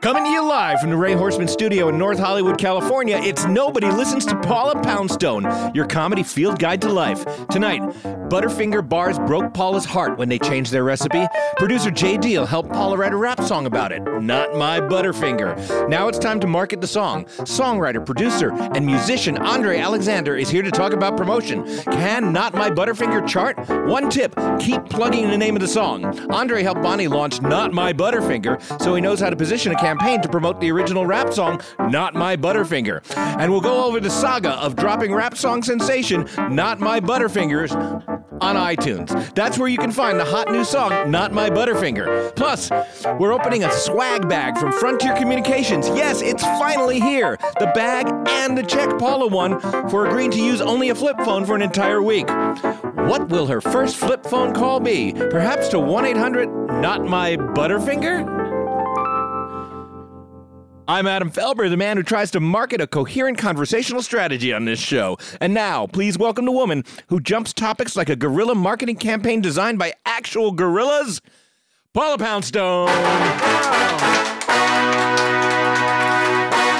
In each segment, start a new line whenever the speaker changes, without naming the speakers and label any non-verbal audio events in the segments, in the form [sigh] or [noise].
Coming to you live from the Ray Horseman Studio in North Hollywood, California, it's Nobody Listens to Paula Poundstone, your comedy field guide to life. Tonight, Butterfinger bars broke Paula's heart when they changed their recipe. Producer Jay Deal helped Paula write a rap song about it. Not my Butterfinger. Now it's time to market the song. Songwriter, producer, and musician Andre Alexander is here to talk about promotion. Can Not My Butterfinger chart? One tip keep plugging the name of the song. Andre helped Bonnie launch Not My Butterfinger, so he knows how to position a campaign to promote the original rap song, Not My Butterfinger. And we'll go over the saga of dropping rap song sensation, Not My Butterfingers, on iTunes. That's where you can find the hot new song, Not My Butterfinger. Plus, we're opening a swag bag from Frontier Communications. Yes, it's finally here. The bag and the check Paula won for agreeing to use only a flip phone for an entire week. What will her first flip phone call be? Perhaps to 1 800 Not My Butterfinger? I'm Adam Felber, the man who tries to market a coherent conversational strategy on this show. And now, please welcome the woman who jumps topics like a guerrilla marketing campaign designed by actual gorillas, Paula Poundstone.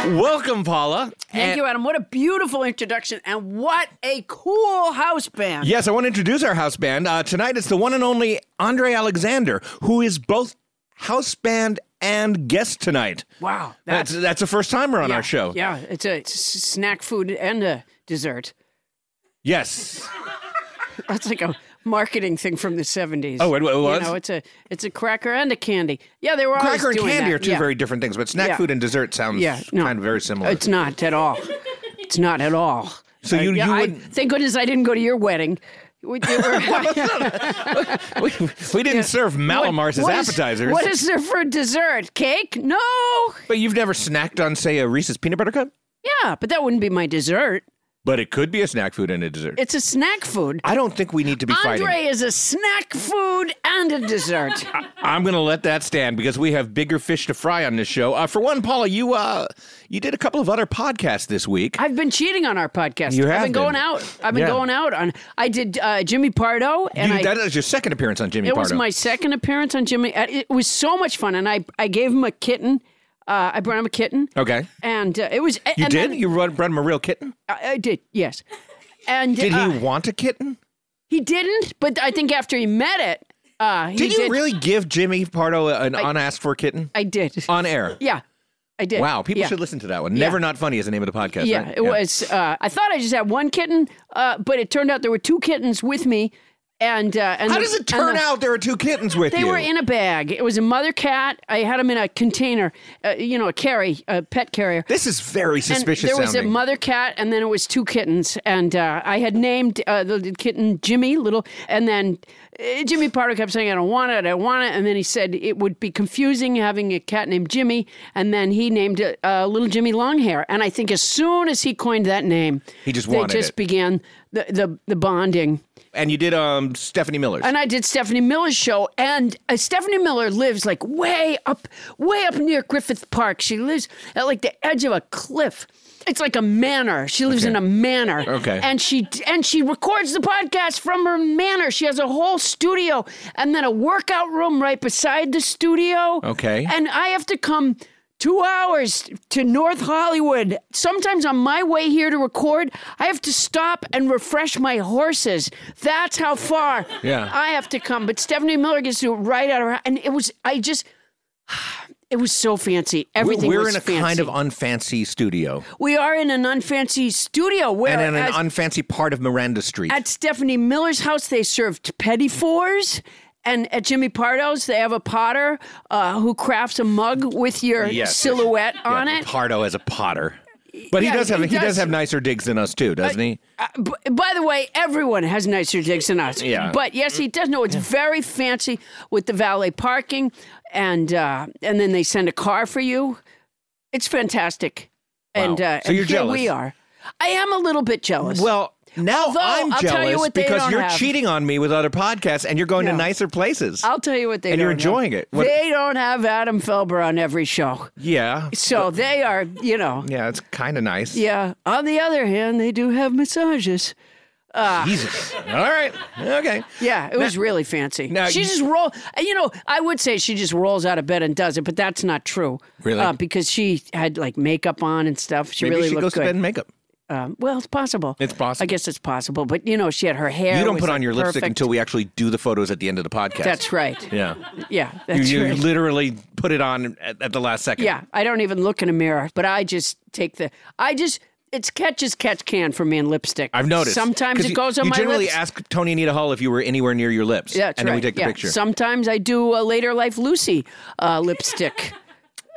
Welcome, Paula.
Thank
And-
you, Adam. What a beautiful introduction, and what a cool house band.
Yes, I want to introduce our house band. Uh, tonight it's the one and only Andre Alexander, who is both house band and guest tonight.
Wow.
That's that's the first timer on
yeah,
our show.
Yeah, it's a it's s- snack food and a dessert.
Yes.
That's like a marketing thing from the seventies.
Oh, it- it was?
You know, it's a it's a cracker and a candy. Yeah, they were always
Cracker and
doing
candy
that.
are two
yeah.
very different things, but snack
Yeah.
food and dessert sounds
Yeah, no. Uh,
kind of very similar.
It's not at all. It's not at all.
So you-
yeah,
you
I- [laughs]
wouldn't-
thank goodness I didn't go to your wedding. We, they
[laughs]
were-
we, we didn't serve Malamars as
What is-
appetizers,
what is there for dessert? Cake? No.
but you've never snacked on, say, a Reese's peanut butter cup.
Yeah, but that wouldn't be my dessert.
But it could be a snack food and a dessert.
It's a snack food.
I don't think we need to be fighting.
Andre is a snack food and a dessert.
I'm going to let that stand because we have bigger fish to fry on this show. Uh, for one, Paula, you uh, you did a couple of other podcasts this week.
I've been cheating on our podcast.
You
I've
have
been, going
been.
out. I've been
Yeah.
going out on. I did uh, Jimmy Pardo, and
You-
I.
that is your second appearance on Jimmy
it was
Pardo.
my second appearance on Jimmy. uh, It was so much fun, and I I gave him a kitten. Uh, I brought him a kitten.
okay.
And uh, it was.
You
and
did?
Then, Uh,
you brought, brought him a real kitten?
I, I did. Yes. And
Did
uh,
he want a kitten?
He didn't. But I think after he met it, uh, he
Did you
did-
really give Jimmy Pardo an unasked for kitten
I did.
on air?
yeah, I did.
Uh, Wow, people
Yeah.
should listen to that one. Never Not Funny is the name of the podcast.
Yeah,
right?
it was. Uh, I thought I just had one kitten, uh, but it turned out there were two kittens with me. And, uh, and
How
the-
does it
and
turn
the-
out there are two kittens with
They
you?
were in a bag. It was a mother cat. I had them in a container, uh, you know, a carry, a pet carrier.
this is very
And
suspicious
there was
sounding.
a mother cat, and then it was two kittens, and uh, I had named uh, the the kitten Jimmy, little, and then uh, Jimmy Pardo kept saying, "I don't want it, I don't want it," and then he said it would be confusing having a cat named Jimmy, and then he named it uh, little Jimmy Longhair, and I think as soon as he coined that name,
He just
they
wanted
just
it.
began the, the the bonding.
and you did um Stephanie Miller's.
And I did Stephanie Miller's show, and uh, Stephanie Miller lives like way up, way up near Griffith Park. She lives at like the edge of a cliff. It's like a manor. She lives
Okay.
in a manor.
Okay.
And she and she records the podcast from her manor. She has a whole studio and then a workout room right beside the studio.
Okay.
And I have to come two hours to North Hollywood. Sometimes on my way here to record, I have to stop and refresh my horses. That's how far
Yeah.
I have to come. But Stephanie Miller gets to do it right out of her. And it was, I just, [sighs] It was so fancy. Everything
We're
was
in a
fancy.
kind of unfancy studio
we are in an unfancy studio where
and in an
as-
unfancy part of Miranda Street.
at Stephanie Miller's house, they served petty fours. And at Jimmy Pardo's, they have a potter uh, who crafts a mug with your
Yes.
silhouette
Yeah,
on it.
Pardo as a potter. But
yeah,
he does have
he
he, does.
does-
have nicer digs than us too, doesn't he?
Uh, b- by the way, everyone has nicer digs than us.
Yeah.
But yes, he does. No, it's very fancy with the valet parking, and uh, and then they send a car for you. It's fantastic. And
Wow.
uh,
So you're
and here we
jealous.
are. I am a little bit jealous.
Well, now
Although,
I'm
I'll
jealous
tell you what they
because
don't
you're
have. Uh,
cheating on me with other podcasts and you're going
No.
to nicer places.
I'll tell you what they
and you're
don't have.
enjoying it. What-
They don't have Adam Felber on every show.
yeah.
So they are, you know.
Yeah, it's kind of nice.
Yeah. On the other hand, they do have massages.
Jesus. All right. Okay.
Yeah, it was really fancy.
now
she
you-
just roll. You know, I would say she just rolls out of bed and does it, but that's not true.
Really?
Uh, because she had like makeup on and stuff. She
Maybe
really
she
looked
goes to
good.
bed in makeup.
Um, well, it's possible.
It's possible.
I guess it's possible. But you know, she had her hair.
You don't
was,
put on
like,
your lipstick
perfect.
until we actually do the photos at the end of the podcast.
That's right.
yeah.
Yeah,
You,
that's
you
right.
literally put it on at, at the last second.
Yeah, I don't even look in a mirror, but I just take the. I just it's catch as catch can for me in lipstick.
I've noticed.
Sometimes
'Cause
it
you-
goes on
you
my
generally
lips.
ask Tony Anita Hall if you were anywhere near your lips.
Yeah, that's
and then
right.
we take the
yeah.
picture.
Sometimes I do a later life Lucy uh, lipstick,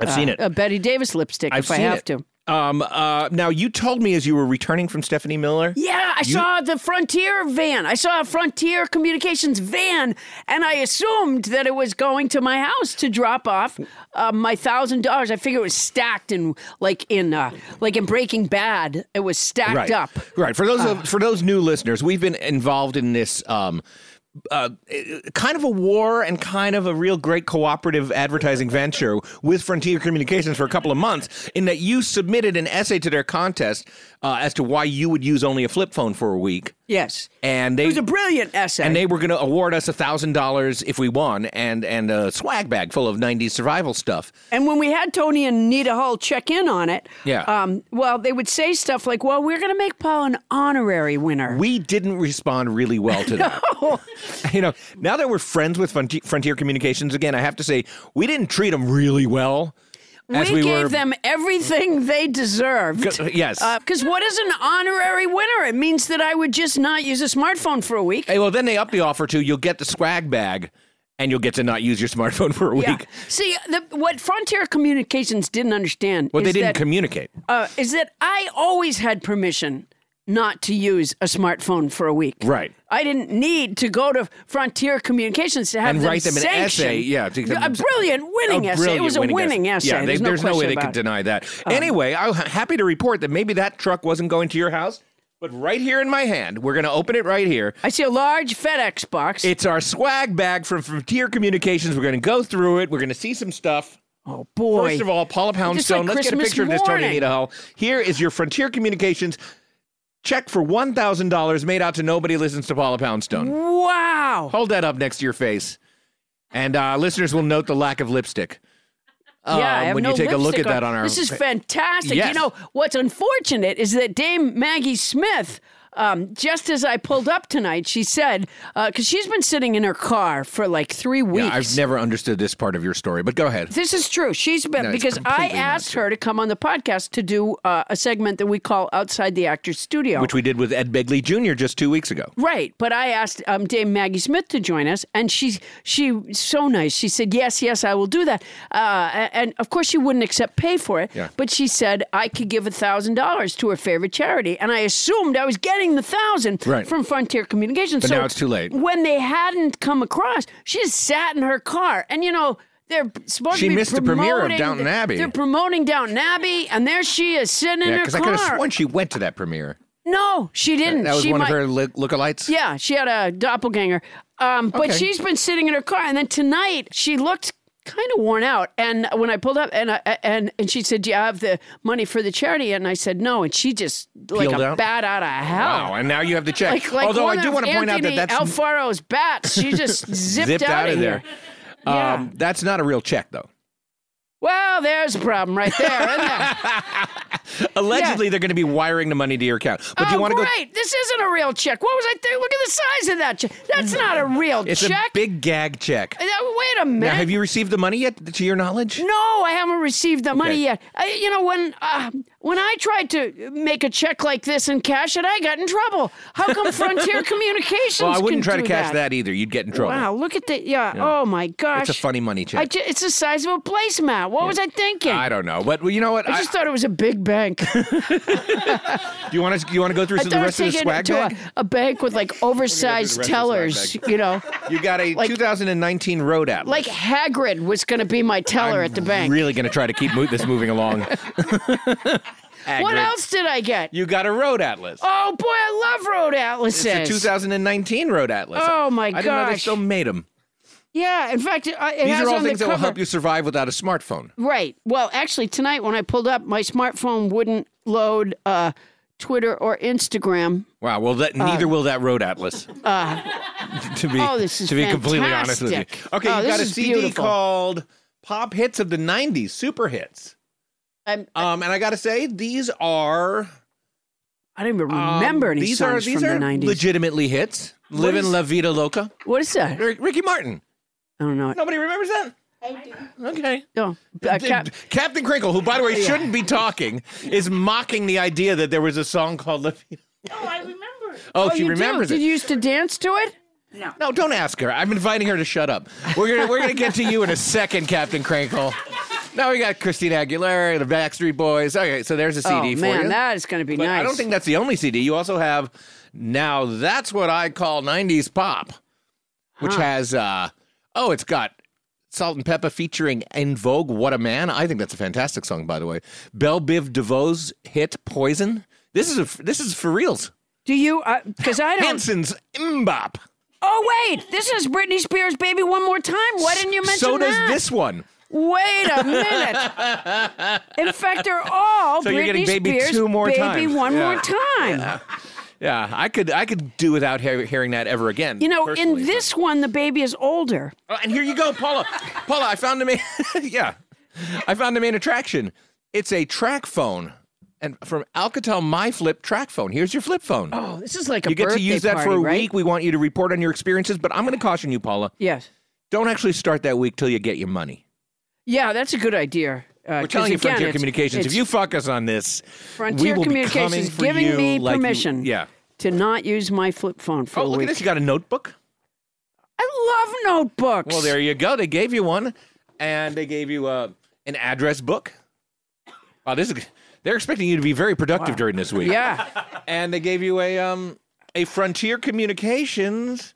I've seen it.
a Betty Davis lipstick
I've
if
seen
I have
it.
to.
Um, uh, now you told me as you were returning from Stephanie Miller.
Yeah, I saw the Frontier van. I saw a Frontier Communications van, and I assumed that it was going to my house to drop off uh, my thousand dollars. I figure it was stacked in like in uh, like in Breaking Bad. It was stacked
right.
up. Ah.
Right. For those of, for those new listeners, we've been involved in this um, uh, kind of a war and kind of a real great cooperative advertising venture with Frontier Communications for a couple of months. In that you submitted an essay to their contest uh, as to why you would use only a flip phone for a week,
Yes,
and they
it was a brilliant essay.
and they were going to award us thousand dollars if we won, and and a swag bag full of '90s survival stuff.
And when we had Tony and Nita Hull check in on it,
Yeah.
um, well, they would say stuff like, well, we're going to make Paul an honorary winner.
We didn't respond really well
[laughs]
to that. [laughs] You know, now that we're friends with Fronti- Frontier Communications again, I have to say we didn't treat them really well. as
we,
we
gave
were-
them everything they deserved.
G- yes.
Because Uh, what is an honorary winner? It means that I would just not use a smartphone for a week.
Hey, well, then they up the offer to you'll get the swag bag, and you'll get to not use your smartphone for a week.
Yeah. See, the, what Frontier Communications didn't understand
But
is,
they didn't
that,
communicate.
uh, is that I always had permission not to use a smartphone for a week.
Right.
I didn't need to go to Frontier Communications to have
And
them
write them an
sanction.
essay, yeah, to-
a brilliant winning
A
essay. It
brilliant
was a winning, essay.
guess. Yeah, they-
there's,
there's no, way
question
they
about
could
it. Um,
deny that. anyway, I'm h- happy to report that maybe that truck wasn't going to your house, but right here in my hand, we're going to open it right here.
I see a large FedEx box.
It's our swag bag from Frontier Communications. We're going to go through it. We're going to see some stuff.
oh boy!
First of all, Paula
Just like
Poundstone. Let's get a
Christmas
picture of this, Tony
morning.
Anita Hall. Here is your Frontier Communications check for one thousand dollars made out to nobody listens to Paula Poundstone.
wow!
Hold that up next to your face, and uh, listeners will note the lack of lipstick. Uh,
yeah, I have
when
no
you take a look at
lipstick
that on our
this is
fa-
fantastic. You
Yes.
know what's unfortunate is that Dame Maggie Smith. Um, just as I pulled up tonight, she said, because she's been sitting in her car for like three weeks.
Yeah, I've never understood this part of your story, but go ahead.
This is true. She's been
No, it's
because I
completely not
asked her to come on the podcast to do uh, a segment that we call outside the actor's studio.
Which we did with Ed Begley Jr. just two weeks ago.
Right, but I asked um, Dame Maggie Smith to join us, and she she so nice. She said yes, yes, I will do that. Uh, a- and of course, she wouldn't accept pay for it.
Yeah.
But she said I could give a thousand dollars to her favorite charity, and I assumed I was getting the thousand
Right.
from Frontier Communications.
But now it's too late.
When they hadn't come across, she just sat in her car, and you know. They're supposed
She
to be
missed the premiere of
promoting-
Downton Abbey.
They're promoting Downton Abbey, and there she is sitting in
Yeah,
her
because I
car.
could have sworn she went to that premiere.
no, she didn't.
That was
she
one
might,
of her look- lookalikes.
yeah, she had a doppelganger. Um, but
Okay.
she's been sitting in her car, and then tonight she looked kind of worn out. And when I pulled up, and I, and and she said, "Do you have the money for the charity?" And I said, "No," and she just like
Peeled
a
out?
bat out of hell.
Wow, Oh, and now you have the check.
Like, like
Although
one
I do
of
want to point out that
Anthony
that's
Alfaro's bats.
[laughs]
She just zipped,
zipped out, of
here.
there.
Yeah.
Um, that's not a real check, though.
Well, there's a problem right there. Isn't there?
Allegedly, they're going to be wiring the money to your account. [laughs] But do you
oh,
want to go?
great. This isn't a real check. What was I thinking? Look at the size of that check. That's not a real
It's
check.
a big gag check.
Uh, Wait a minute.
Now, have you received the money yet, to your knowledge?
No, I haven't received the money
Okay.
yet. I, you know when uh, when I tried to make a check like this and cash it, I got in trouble. How
[laughs]
come Frontier Communications?
Well, I
can
wouldn't try to
do
cash that. either. You'd get in trouble.
Wow, look at the yeah. Oh my gosh,
It's a funny money
I
check.
ju- it's the size of a placemat. What was I thinking?
I don't know, but well, you know what?
I
I-
just thought it was a big
[laughs]
bank. I
do you want to you want to go through
thought
some, the
I
rest
was
of the
taking
swag
it to
bag?
a, a bank with
[laughs]
like oversized
rest of the swag
tellers,
bag.
you
[laughs]
know.
You got a
[laughs] like-
2019 road app.
Like Hagrid was going to be my teller at the bank.
Really going to try to keep mo- this
[laughs]
moving along. [laughs]
what
Hagrid.
else did I get?
You got a road atlas.
Oh boy, I love road atlases.
It's a 2019 road atlas.
Oh, my
I didn't know they
gosh.
still made them.
Yeah, in fact, uh, it, it
These
has
are all
on the
things that will
cover-
help you survive without a smartphone.
Right. Well, actually, tonight when I pulled up, my smartphone wouldn't load uh, Twitter or Instagram.
Wow. Well, that, neither will that
[laughs]
road atlas. [laughs] to be
Uh, oh, this is
to be completely honest with you.
fantastic.
Okay,
Oh,
you
this
got a
is
CD
beautiful.
called Pop Hits of the '90s, Super Hits.
I'm,
Um, and I got to say, these are
I don't even
um,
remember any
these are
songs
these
from
are
the 90s.
legitimately hits. Living
is-
La Vida Loca.
what is that?
Rick- Ricky Martin.
I don't know.
Nobody remembers that. Okay.
Oh,
No. Uh, Cap-
Captain Crinkle, who by the way shouldn't be talking, is mocking the idea that there was a song called La Vida. Oh, I remember. Oh, she
you do?
remembers it.
Did you used to dance to it?
No, don't ask her. I'm inviting her to shut up. We're gonna we're gonna get to you in a second, Captain [laughs] Crankle. Now we got Christina Aguilera, the Backstreet Boys. Okay, so there's a CD
oh
for
man,
you.
that is going to be
but
nice.
I don't think that's the only CD. You also have now that's what I call '90s pop, which has uh oh, it's got Salt and Pepper featuring En Vogue. What a man! I think that's a fantastic song, by the way. Belle Biv DeVoe's hit "Poison." This is a, this is for reals.
Do you? Because I don't.
Hanson's "Mbop."
Oh wait, this is Britney Spears' "Baby One More Time." Why didn't you mention
So does
that?
this one.
Wait a minute.
[laughs]
In fact, they're all
So
Britney
you're getting Baby
Spears.
Two More
baby
Times.
one
Yeah.
more time.
Yeah, I could I could do without he- hearing that ever again.
You know,
personally.
in this one, the baby is older.
Oh, and here you go, Paula. Paula, I found the main. [laughs] yeah, I found the main attraction. It's a track phone, and from Alcatel My Flip track phone. Here's your flip phone.
Oh, this is like a
you get to
birthday
use that for
party,
a
right?
week. We want you to report on your experiences, but I'm going to caution you, Paula.
Yes.
Don't actually start that week till you get your money.
Yeah, that's a good idea. Uh,
We're telling you, Frontier Communications, if you fuck us on this, we
Frontier
will be
Communications
coming for
giving
you
me
like you-
permission.
yeah.
to not use my flip phone for
Oh,
a
look
week.
at this. You got a notebook.
I love notebooks.
Well, there you go. They gave you one, and they gave you uh, an address book. Wow, this is. They're expecting you to be very productive during this week.
Yeah.
and they gave you a um a Frontier Communications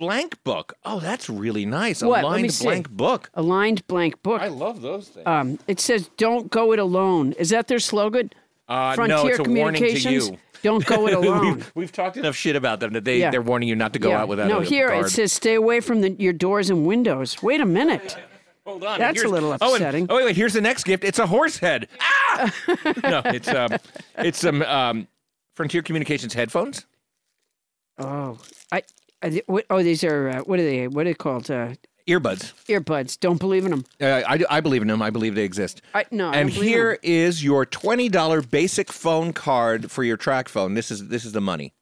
blank book. Oh, that's really nice.
What?
A
Let me
lined
see.
blank book.
A lined blank book.
I love those things.
um, it says, "Don't go it alone." Is that their slogan?
Uh,
Frontier
no, it's a warning to
Communications.
you.
Don't go
[laughs]
it alone.
We've, we've talked enough shit about them that they
Yeah.
they're warning you not to go
Yeah.
out without
no,
a
here
card.
it says stay away from the, your doors and windows. Wait a minute.
Hold on.
That's a
here's-
little
oh, and-
upsetting.
Oh, wait, wait, here's the next gift. It's a horse head. Ah!
[laughs]
no, it's um, it's some um, Frontier Communications headphones.
Oh, I, I th- what, oh these are uh, what are they? What are they called? Uh,
Earbuds.
earbuds. Don't believe in them.
Uh, I, I believe in them. I believe they exist.
I- no, I
and
don't believe
here is your twenty dollar basic phone card for your track phone. This is this is the money.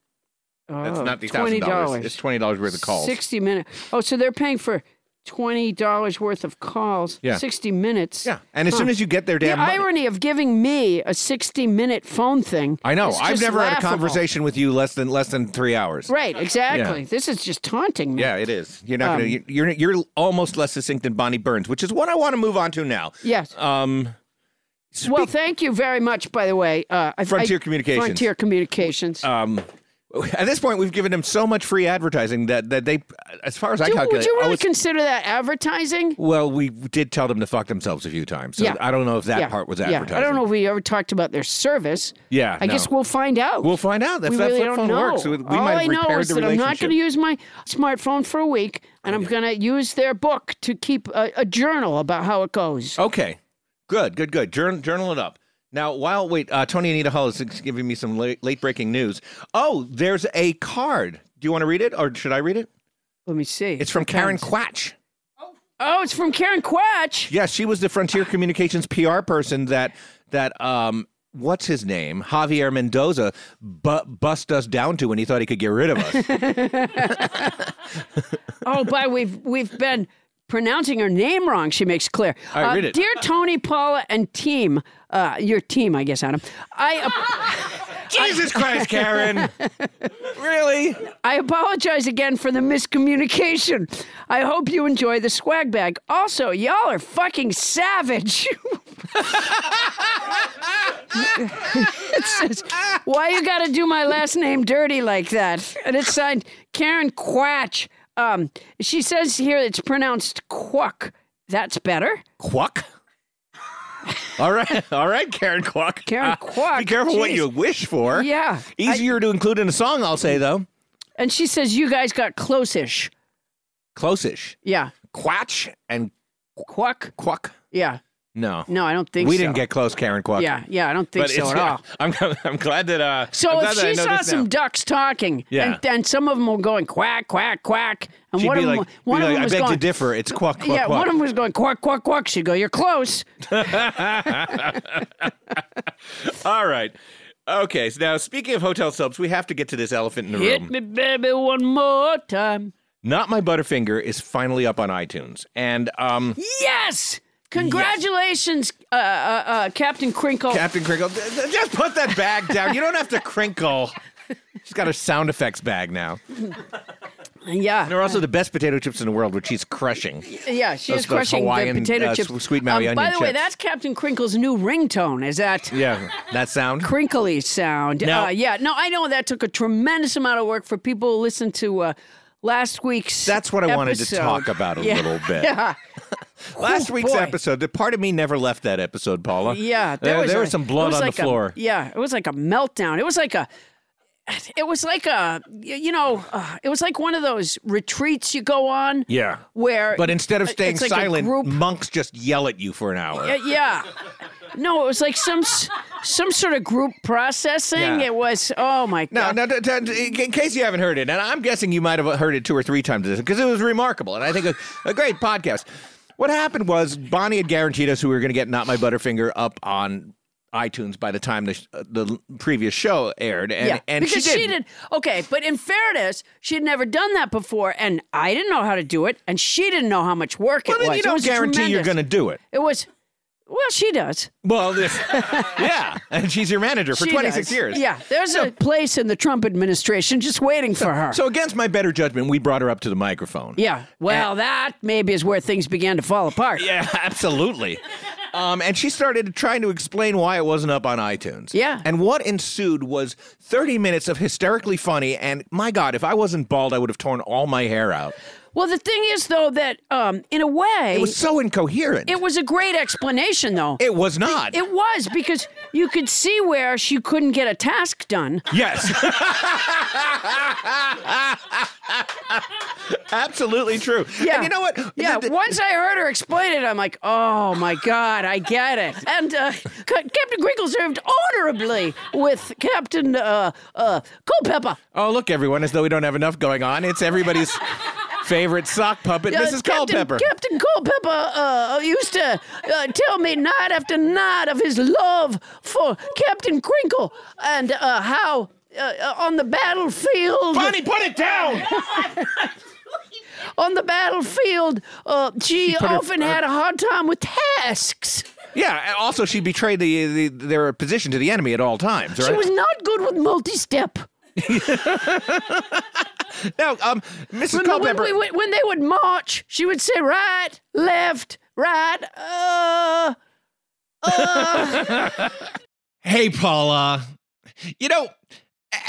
Oh,
That's not the
twenty
thousand dollars. It's
dollars.
twenty dollars worth of calls.
Sixty minutes. Oh, so they're paying for twenty dollars worth of calls.
Yeah.
Sixty minutes.
yeah, and as soon as you get their
The
damn money,
irony of giving me a sixty-minute phone thing.
I know.
is
I've
just
never had a
laughable.
conversation with you less than less than three hours.
Right. Exactly. This is just taunting me.
Yeah, it is. You're not
Um,
gonna. You're you're almost less succinct than Bonnie Burns, which is what I want to move on to now.
Yes.
Um,
well, thank you very much. By the way, uh, I-
Frontier
I-
Communications.
Frontier Communications.
um, at this point, we've given them so much free advertising that that they, as far as I
Do-
calculate,
would you
oh,
really
it's-
consider that advertising?
well, we did tell them to fuck themselves a few times. So
Yeah.
I don't know if that
yeah.
part was
yeah.
advertising.
I don't know if we ever talked about their service.
Yeah,
I guess
no.
we'll find out.
We'll find out. If
we
that
really
flip
don't
phone
know.
works, we, we
All
might have
I know
repaired
is
the
that I'm
relationship.
not going to use my smartphone for a week, and I'm going to use their book to keep a, a journal about how it goes.
Okay, good, good, good. Journal, journal it up. Now, while wait, uh, Tony Anita Hall is giving me some late, late breaking news. Oh, there's a card. Do you want to read it, or should I read it?
Let me see.
It's from Karen Quatch.
Oh, it's from Karen Quatch.
Yes, she was the Frontier Communications PR person that that um what's his name, Javier Mendoza, bu- bust us down to when he thought he could get rid of us.
[laughs] Oh, by we've we've been
Pronouncing her name wrong, she makes clear.
All right,
Uh,
read it.
Dear Tony, Paula, and team, uh, your team, I guess, Adam. I
[laughs]
ap-
Jesus Christ, Karen! really?
I apologize again for the miscommunication. I hope you enjoy the swag bag. Also, y'all are fucking savage. [laughs] it says, Why you gotta do my last name dirty like that? And it's signed Karen Quatch. Um, she says here it's pronounced Quack. That's better.
Quack. All right, [laughs] all right, Karen Quack. Uh,
Karen
Be
Kwok,
careful what
jeez.
you wish for.
Yeah, I-
Easier to include in a song, I'll say though.
And she says you guys got close-ish.
Close-ish.
Yeah.
Quatch and
Quack.
quack.
Yeah.
No.
No, I don't think
we
so.
didn't get close, Karen Quack.
Yeah, yeah, I don't think
But
so
[laughs] it's,
at all.
I'm, I'm glad that. Uh, I'm
So
glad
if
that I
she
know
saw
this
some
now.
ducks talking,
Yeah.
and then some of them were going quack, quack, quack, and
She'd
one
be
of them,
like, be
one of
like,
them
I
was
beg
going,
to differ. It's quack, quack,
yeah,
quack.
one of them was going quack, quack, quack. She'd go, you're close.
All right. Okay. So now, speaking of hotel subs, we have to get to this elephant in the
Hit
room.
me, baby, one more time.
Not My Butterfinger is finally up on iTunes. And um,
Yes, congratulations, Uh, uh, uh, Captain Crinkle.
Captain Crinkle, th- th- just put that bag down. You don't have to crinkle. She's got her sound effects bag now.
yeah,
They're also the best potato chips in the world, which she's crushing.
yeah, she
Those-
is
those
crushing
Hawaiian,
the potato
uh,
chips.
sw- sweet Maui
um, by
onion
the way,
chips.
that's Captain Crinkle's new ringtone. Is that?
Yeah, that sound.
crinkly sound.
Now-
uh, yeah, no, I know that took a tremendous amount of work for people who listened to uh, last week's.
That's what I wanted to
episode.
talk about a
Yeah.
little bit.
[laughs] Yeah.
Last
Oh,
week's
boy.
episode, the part of me never left that episode, Paula.
Yeah,
there, there was,
a-
some
it
blood
was
on
like
the
a-
floor.
yeah, it was like a meltdown. It was like a, it was like a, you know, uh, it was like one of those retreats you go on.
Yeah.
where
But instead of
it's
staying
like a
silent,
group-
monks just yell at you for an hour.
Uh, yeah. No, it was like some s- some sort of group processing.
Yeah.
It was oh my
Now,
god.
now, t- t- in in case you haven't heard it, and I'm guessing you might have heard it two or three times because it was remarkable, and I think a, a great podcast. What happened was Bonnie had guaranteed us we were going to get "Not My Butterfinger" up on iTunes by the time the, sh- uh, the previous show aired, and, and
because
she, did.
Okay, but in fairness, she had never done that before, and I didn't know how to do it, and she didn't know how much work
Well,
it
then
was.
you
It
don't
was
guarantee you're
tremendous-
going to do it.
It was. Well, she does.
Well,
[laughs]
this, yeah, and she's your manager for
She
26
does.
years.
Yeah, there's a place in the Trump administration just waiting for her.
So against my better judgment, we brought her up to the microphone.
yeah. Well, that maybe is where things began to fall apart.
Yeah, [laughs] absolutely. Um, and she started trying to explain why it wasn't up on iTunes.
Yeah.
And what ensued was 30 minutes of hysterically funny. And my God, if I wasn't bald, I would have torn all my hair out.
Well, the thing is, though, that um, in a way,
It was so incoherent. It,
a great explanation, though.
was not.
it was because you could see where she couldn't get a task done. [laughs]
yes. [laughs] absolutely true.
Yeah.
And you know what?
Yeah.
The- the-
Once I heard her explain it, I'm like, oh my God, I get it. And uh, Ca- Captain Crinkle served honorably with Captain uh, uh, Culpepper.
oh, look, everyone, as though we don't have enough going on,
[laughs]
it's everybody's favorite sock puppet,
Uh,
Mrs.
Captain,
Culpepper.
Captain Culpepper uh, used to uh, tell me night after night of his love for Captain Crinkle and uh, how. Uh, uh, on the battlefield,
Bonnie, put it down!
on the battlefield, uh, she,
her-
often had a hard time with tasks.
Yeah. and Also, she betrayed the, the their position to the enemy at all times. Right?
She was not good with multi-step.
now, um, Mrs.
When, when,
Culpepper.
we, would- when they would march, she would say right, left, right. Uh,
hey, Paula. You know,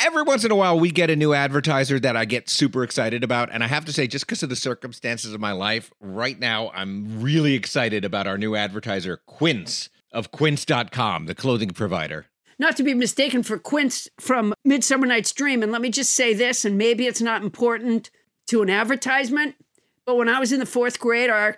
every once in a while we get a new advertiser that I get super excited about, and I have to say, just because of the circumstances of my life right now, I'm really excited about our new advertiser, Quince of Quince.com, the clothing provider.
Not to be mistaken for Quince from Midsummer Night's Dream. And let me just say this, and maybe it's not important to an advertisement, but when I was in the fourth grade, our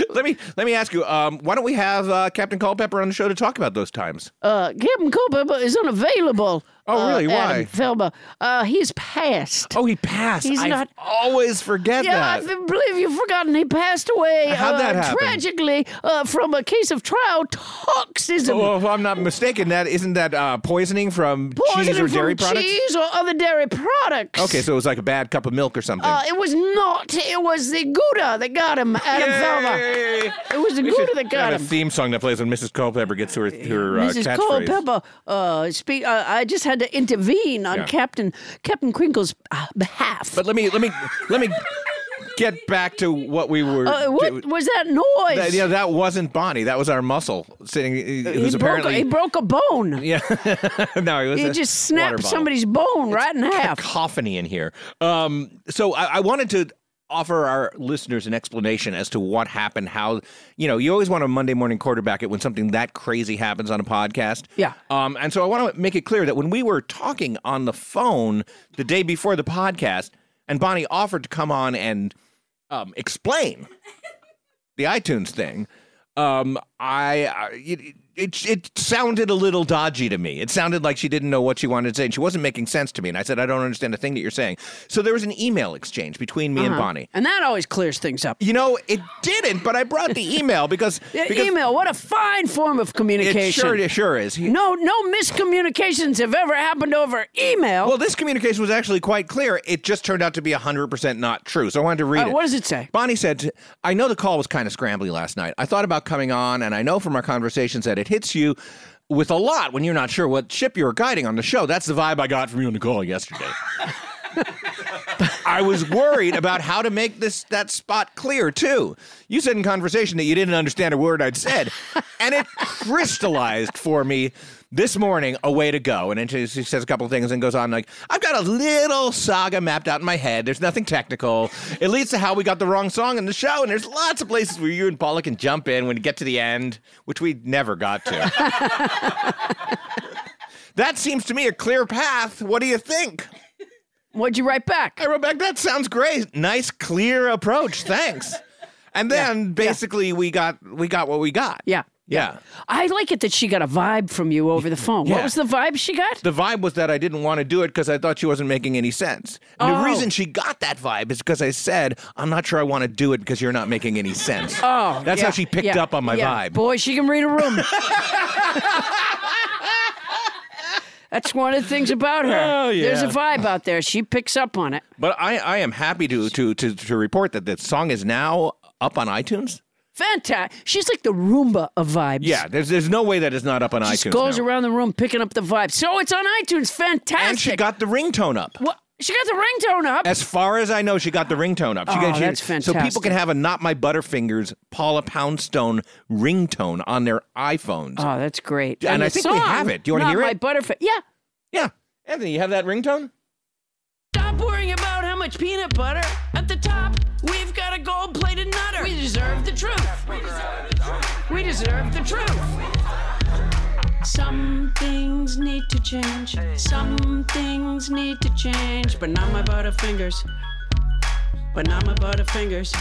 [laughs] let me let me ask you. Um, why don't we have uh, Captain Culpepper on the show to talk about those times?
Uh, Captain Culpepper is unavailable.
Oh,
uh,
really? Why?
Adam Felber. Uh, he's passed.
Oh, he passed.
He's
I
not-
always forget
yeah, I
that.
f- believe you've forgotten he passed away
How'd
uh,
that happen?
tragically uh, from a case of trial toxism.
Oh, if I'm not mistaken, that isn't that uh, poisoning from
Poisoning
cheese or
from
dairy products.
Cheese or other dairy products.
Okay, so it was like a bad cup of milk or something.
Uh, it was not. It was the Gouda that got him, Adam Felber.
Yay!
It was the Gouda that
Got
got
a
him.
theme song that plays when Mrs. Culpepper gets her her uh,
Mrs.
catchphrase.
Culpepper, uh, speak. Uh, I just had to intervene on
Yeah.
Captain Captain Crinkle's uh, behalf.
But let me let me let me get back to what we were.
uh, what was that noise?
That, yeah, that wasn't Bonnie. That was our muscle sitting. It
he
was
broke.
apparently
He broke a bone.
[laughs] yeah. [laughs] no, it was
he
a
just
water
snapped
bottle.
somebody's bone right in half.
cacophony in here. Um, so I, I wanted to offer our listeners an explanation as to what happened. How you know you always want to Monday morning quarterback it when something that crazy happens on a podcast.
Yeah.
Um, and so I want to make it clear that when we were talking on the phone the day before the podcast, and Bonnie offered to come on and um, explain the iTunes thing. Um, I, I it, it it sounded a little dodgy to me. It sounded like she didn't know what she wanted to say, and she wasn't making sense to me. And I said, I don't understand a thing that you're saying. So there was an email exchange between me and
Uh-huh.
Bonnie.
And that always clears things up.
You know, it didn't, but I brought the email because,
Yeah,
because
E, email. What a fine form of communication.
it sure it sure is. He-
No, no miscommunications have ever happened over email.
Well, this communication was actually quite clear. It just turned out to be 100% not true. So I wanted to read
Uh,
it.
what does it say?
Bonnie said, I know the call was kind of scrambly last night. I thought about coming on, and I know from our conversations that it hits you with a lot when you're not sure what ship you're guiding on the show. That's the vibe I got from you on the call yesterday. I was worried about how to make this that spot clear too. You said in conversation that you didn't understand a word I'd said, and it crystallized for me this morning a way to go. And then she she says a couple of things and goes on like, "I've got a little saga mapped out in my head. There's nothing technical. It leads to how we got the wrong song in the show, and there's lots of places where you and Paula can jump in when you get to the end, which we never got to." that seems to me a clear path. What do you think?
What'd you write back?
I wrote back, that sounds great. Nice, clear approach. Thanks. And then basically we got we got what we got.
Yeah.
Yeah.
I like it that she got a vibe from you over the phone.
Yeah.
What was the vibe she got?
The vibe was that I didn't want to do it because I thought she wasn't making any sense. And
Oh.
The reason she got that vibe is because I said, I'm not sure I want to do it because you're not making any sense.
[laughs] Oh,
That's how
yeah,
she picked
yeah,
up on my
yeah.
[laughs] vibe.
Boy, she can read a room. That's one of the things about her.
Oh, yeah.
There's a vibe out there. She picks up on it.
But I, I am happy to, to to to report that the song is now up on iTunes.
Fantastic. She's like the Roomba of vibes.
Yeah, there's there's no way that it's not up on
Just
iTunes.
goes
now.
around the room picking up the vibe. So it's on iTunes. Fantastic.
and she got the ringtone up.
What? She got the ringtone up.
As far as I know, she got the ringtone up. She
Oh,
got, she,
that's
So people
fantastic.
can have a "Not My Butterfingers" Paula Poundstone ringtone on their iPhones.
Oh, that's great.
And I
the
think we
song,
have it. Do you wanna
Not
hear
my
it?
Butterfly. Yeah.
yeah, Anthony, you have that ringtone?
Stop worrying about how much peanut butter. At the top, we've got a gold plated nutter. We deserve the truth. We deserve the truth. Some things need to change. Some things need to change. But not my butterfingers. But not my butterfingers.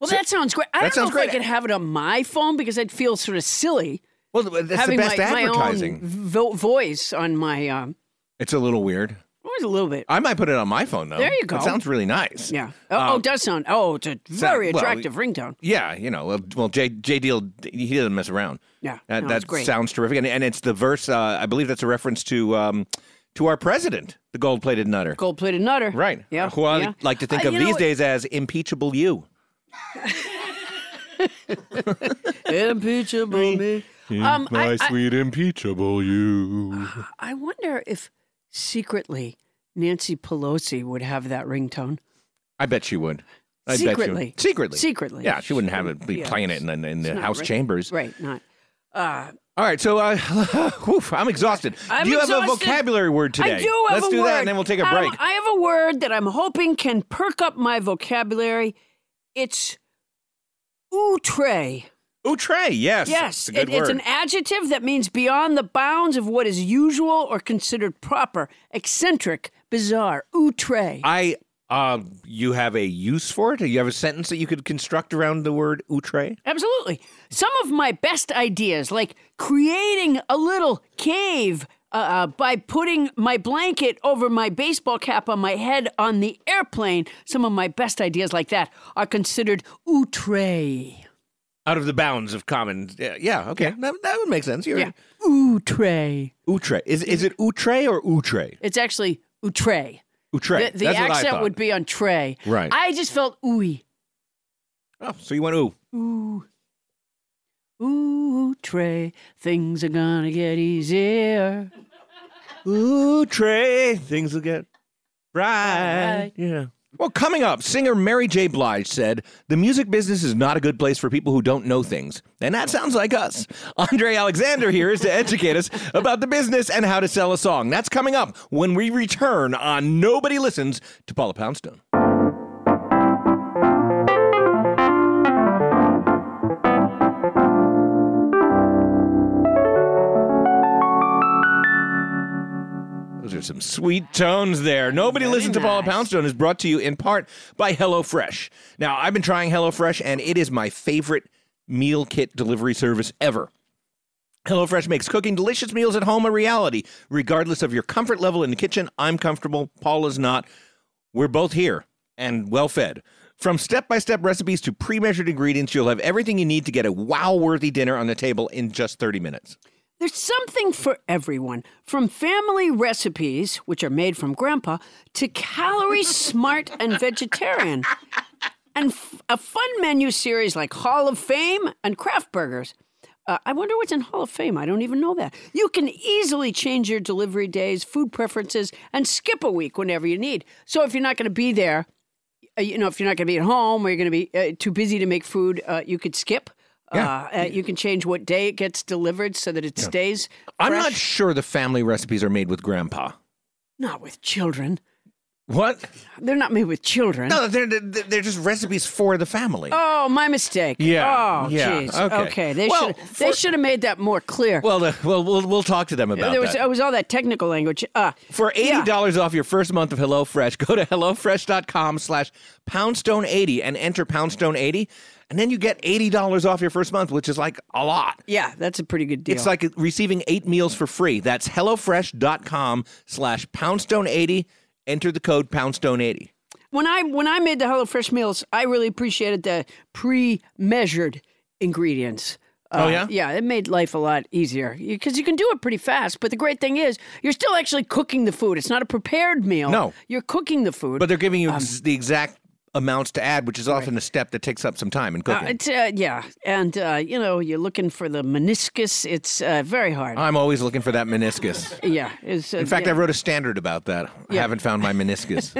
Well, that sounds great. I
That
don't know
sounds
if I
great.
could have it on my phone because I'd feel sort of silly
Well, that's
having
the best
my,
advertising.
my own vo- voice on my. Um,
It's a little weird.
always a little bit.
I might put it on my phone though.
There you
It
go.
sounds really nice.
Yeah. Oh, oh, does sound. Oh, it's a very
Um, well,
attractive ringtone.
Yeah, you know, well, well, J J Deal he doesn't mess around.
Yeah,
that,
no,
that
it's great.
sounds terrific, and, and it's the verse. Uh, I believe that's a reference to um, to our president, the gold plated nutter,
Gold plated nutter.
right?
Yeah.
who I
yeah.
like to think
Uh,
of
you
these
know,
days as impeachable you.
Impeachable me. Um,
my
I, I,
sweet impeachable you.
I wonder if secretly Nancy Pelosi would have that ringtone.
I bet she would. I bet she
Secretly.
would. secretly,
Secretly.
Yeah, she wouldn't have it be
Yeah.
playing it in, the- in the
not
House
right.
chambers.
Right. Not.
All right, so uh, [laughs] whew, I'm exhausted.
I'm
do you have a
exhausted.
vocabulary word today?
I do have
Let's
a
do
word.
that, and then we'll take a
Adam,
break.
I have a word that I'm hoping can perk up my vocabulary. It's outre.
Outre, yes,
Yes,
it's a good
it- it's
word.
an adjective that means beyond the bounds of what is usual or considered proper, eccentric, bizarre, outre.
I um you have a use for it? You have a sentence that you could construct around the word outre?
Absolutely. Some of my best ideas, like creating a little cave uh, uh, by putting my blanket over my baseball cap on my head on the airplane, some of my best ideas like that are considered outre.
Out of the bounds of common. Yeah, yeah, okay. That, that would make sense. You're
Yeah. Outre.
outre. Is is it outre or outre?
It's actually outre.
Outre.
The, the
That's what I
accent
thought.
would be on tray.
Right.
I just felt ooey.
Oh, so you went ooh.
Ooh. Ooh, Trey, things are gonna get easier.
Outre. Things will get right.
Right.
Yeah. Well, coming up, singer Mary J. Blige said, The music business is not a good place for people who don't know things. And that sounds like us. [laughs] Andre Alexander here is to educate us about the business and how to sell a song. That's coming up when we return on Nobody Listens to Paula Poundstone. Those are some sweet tones there. Nobody listens to Paula Poundstone is brought to you in part by HelloFresh. Now, I've been trying HelloFresh, and it is my favorite meal kit delivery service ever. HelloFresh makes cooking delicious meals at home a reality, regardless of your comfort level in the kitchen. I'm comfortable, Paula's not. We're both here and well fed. From step by step recipes to pre measured ingredients, you'll have everything you need to get a wow worthy dinner on the table in just 30 minutes.
There's something for everyone, from family recipes, which are made from grandpa, to calorie smart and vegetarian, and f- a fun menu series like Hall of Fame and Kraft Burgers. Uh, I wonder what's in Hall of Fame. I don't even know that. You can easily change your delivery days, food preferences, and skip a week whenever you need. So if you're not going to be there, uh, you know, if you're not going to be at home or you're going to be uh, too busy to make food, uh, you could skip.
Yeah.
Uh, uh, you can change what day it gets delivered so that it stays.
I'm
fresh.
not sure the family recipes are made with grandpa.
Not with children.
What?
They're not made with children.
No, they're they're, they're just recipes for the family.
Oh, my mistake.
Yeah,
Oh,
yeah,
jeez.
okay.
They
Well,
should they
for-
should have made that more clear.
Well, the, well, we'll we'll talk to them about
there was
that.
it was all that technical language. Uh,
For
yeah.
eighty dollars off your first month of HelloFresh, go to hellofresh.com/slash poundstone eighty and enter poundstone eighty, and then you get eighty dollars off your first month, which is like a lot.
Yeah, that's a pretty good deal.
It's like receiving eight meals for free. That's hellofresh.com/slash poundstone eighty. Enter the code poundstone eighty.
when I when I made the HelloFresh meals, I really appreciated the pre-measured ingredients. Uh,
Oh, yeah?
yeah. It made life a lot easier because you can do it pretty fast. But the great thing is, you're still actually cooking the food. It's not a prepared meal.
No.
you're cooking the food.
But they're giving
Um,
you ex- the exact amounts to add, which is often a step that takes up some time in
Uh,
cooking.
it's uh, yeah, and uh, you know you're looking for the meniscus. It's uh, very hard.
I'm always looking for that meniscus.
yeah, it's, uh,
In fact,
yeah.
I wrote a standard about that. I haven't found
[laughs]
my meniscus.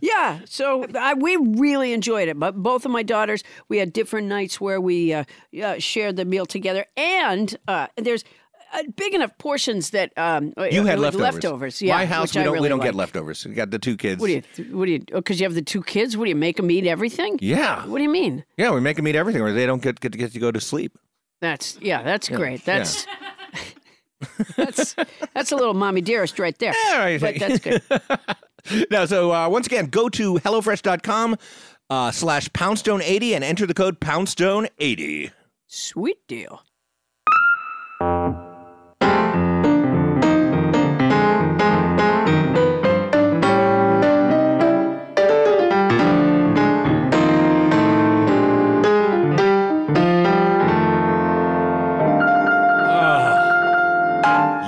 Yeah, so I, we really enjoyed it. But both of my daughters, we had different nights where we uh, uh, shared the meal together, and uh, there's uh, big enough portions that um,
You had
uh, with
leftovers.
leftovers. Yeah,
my house
which
we
I
don't
really
we don't
like.
get leftovers. We got the two kids.
What do you? th- What do you? Because you have the two kids. What do you make them eat everything?
Yeah,
What do you mean?
yeah, we make them eat everything, or they don't get get to, get to go to sleep. [laughs]
That's yeah. That's great. That's. [laughs] that's that's a little mommy dearest right there.
all right.
But that's good.
Now, so uh, once again, go to hellofresh.com uh, slash poundstone eighty and enter the code poundstone eighty.
Sweet deal.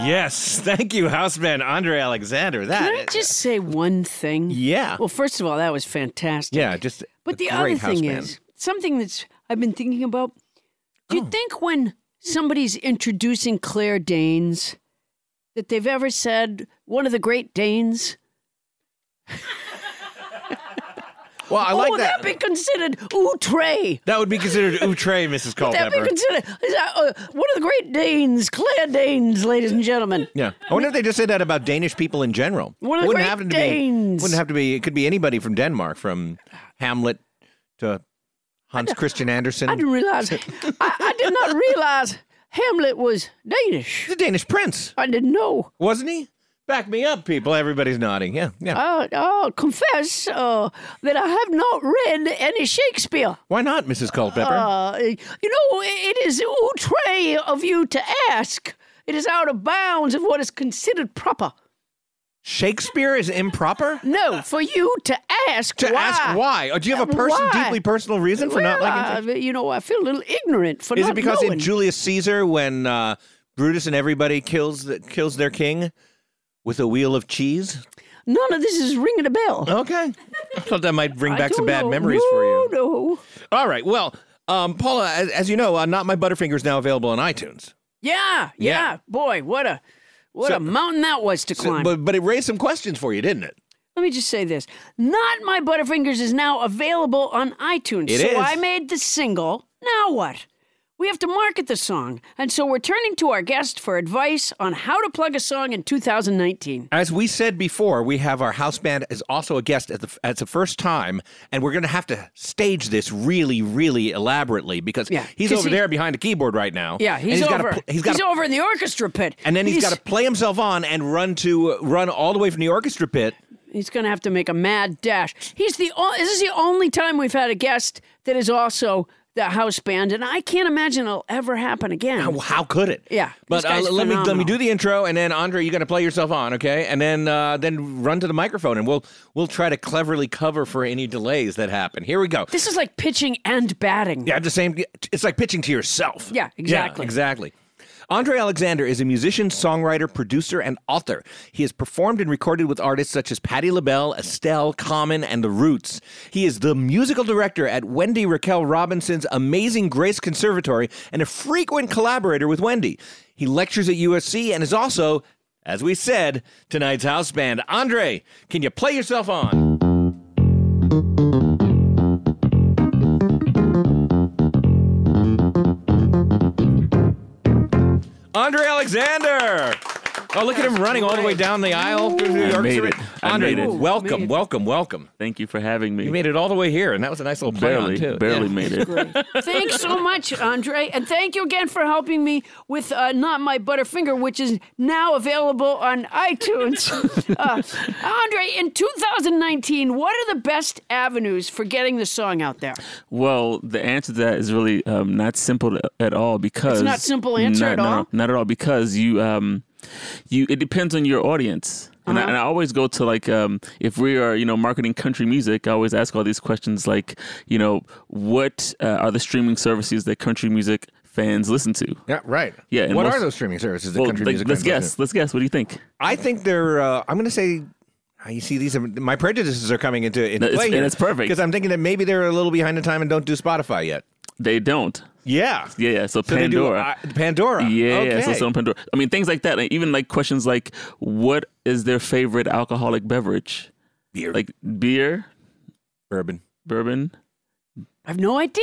Yes, thank you, Houseman Andre Alexander. [laughs] That
Can I just say one thing?
yeah,
Well, first of all, that was fantastic.
yeah, just
But
a
the
great
other
house
thing
band.
is something that's I've been thinking about. Do you
Oh.
think when somebody's introducing Claire Danes that they've ever said one of the great Danes?
well, I
oh,
like
would that.
that.
be considered outre?
That would
[laughs]
be considered outre,
That
Mrs.
be
Culpepper.
considered is that, uh, one of the great Danes, Claire Danes, ladies and gentlemen.
yeah, I wonder if they just say that about Danish people in general.
One of the
wouldn't
great
have to
Danes.
be. Wouldn't have to be. It could be anybody from Denmark, from Hamlet to Hans Christian Andersen.
I didn't realize. I, I did not realize Hamlet was Danish.
He's a Danish prince,
I didn't know.
wasn't he? Back me up, people. Everybody's nodding. Yeah, yeah.
Uh, I'll confess uh, that I have not read any Shakespeare.
Why not, Mrs. Culpepper?
Uh, you know, it is outre of you to ask. It is out of bounds of what is considered proper.
Shakespeare is improper? [laughs]
No, for you to ask
To
why.
ask why? Or do you have a person,
Why?
deeply personal reason for
Well,
not liking
I- you know, I feel a little ignorant for
Is
not
it because
knowing.
in Julius Caesar, when uh, Brutus and everybody kills the, kills their king with a wheel of cheese?
None of this is ringing a bell.
Okay. I thought that might bring
I
Oh, back some
don't
bad
know.
memories
no,
for you.
No,
All right. Well, um, Paula, as, as you know, uh, Not My Butterfinger is now available on iTunes.
Yeah, yeah,
Yeah.
boy, what a what
So-
a mountain that was to
So-
climb.
but, but it raised some questions for you, didn't it?
Let me just say this. Not My Butterfingers is now available on iTunes.
It
so
is.
I made the single. Now what? We have to market the song. And so we're turning to our guest for advice on how to plug a song in 2019.
As we said before, we have our house band is also a guest at the at the first time, and we're going to have to stage this really, really elaborately because
Yeah,
he's
'cause
over
he-
there behind the keyboard right now.
Yeah,
and
he's, over.
gotta pl- he's got.
over in the orchestra pit.
and then he's got to play himself on and run to uh, run all the way from the orchestra pit.
He's going to have to make a mad dash. He's the o- this is the only time we've had a guest that is also the house band and I can't imagine it'll ever happen again.
[laughs] Well, How could it?
Yeah,
But
this
uh,
guy's
let me let me
phenomenal.
do the intro, and then Andre, you're going to play yourself on, okay? And then uh, then run to the microphone, and we'll we'll try to cleverly cover for any delays that happen. Here we go.
This is like pitching and batting.
Yeah, the same. It's like pitching to yourself.
Yeah, exactly.
exactly. Andre Alexander is a musician, songwriter, producer, and author. He has performed and recorded with artists such as Patti LaBelle, Estelle, Common, and The Roots. He is the musical director at Wendy Raquel Robinson's Amazing Grace Conservatory and a frequent collaborator with Wendy. He lectures at USC and is also, as we said, tonight's house band. Andre, can you play yourself on? Andre Alexander. Oh, look at him running all the way down the aisle. through the
I made
orchestra.
it. I
Andre,
made it.
welcome, welcome, welcome.
Thank you for having me.
You made it all the way here, and that was a nice little play on,
barely,
too.
barely
Yeah. [laughs]
made it.
Thanks so much, Andre. And thank you again for helping me with uh, Not My Butterfinger, which is now available on iTunes. uh, Andre, in 2019, what are the best avenues for getting the song out there?
well, the answer to that is really um, not simple at all because
not simple answer
Not-
at
no,
all?
Not at all because you um, you it depends on your audience. And,
Uh-huh.
I, and I always go to like um, if we are you know marketing country music, I always ask all these questions like you know what uh, are the streaming services that country music fans listen to?
Yeah, right.
Yeah, and
What
most-
are those streaming services? That
well,
country
like,
music
let's
fans listen
guess.
to?
Let's guess. What do you think?
I think they're. Uh, I'm going to say. ah, You see, these are my prejudices are coming into, into
No, it's-
play
and
here.
it's perfect.
because I'm thinking that maybe they're a little behind the time and don't do Spotify yet.
They don't.
Yeah,
Yeah, yeah. So,
So they do,
Pandora.
uh, Pandora.
Yeah, yeah. So
Okay.
it's on Pandora. I mean, things like that. Like, even like questions like, what is their favorite alcoholic beverage?
Beer.
Like beer,
bourbon.
bourbon.
I have no idea.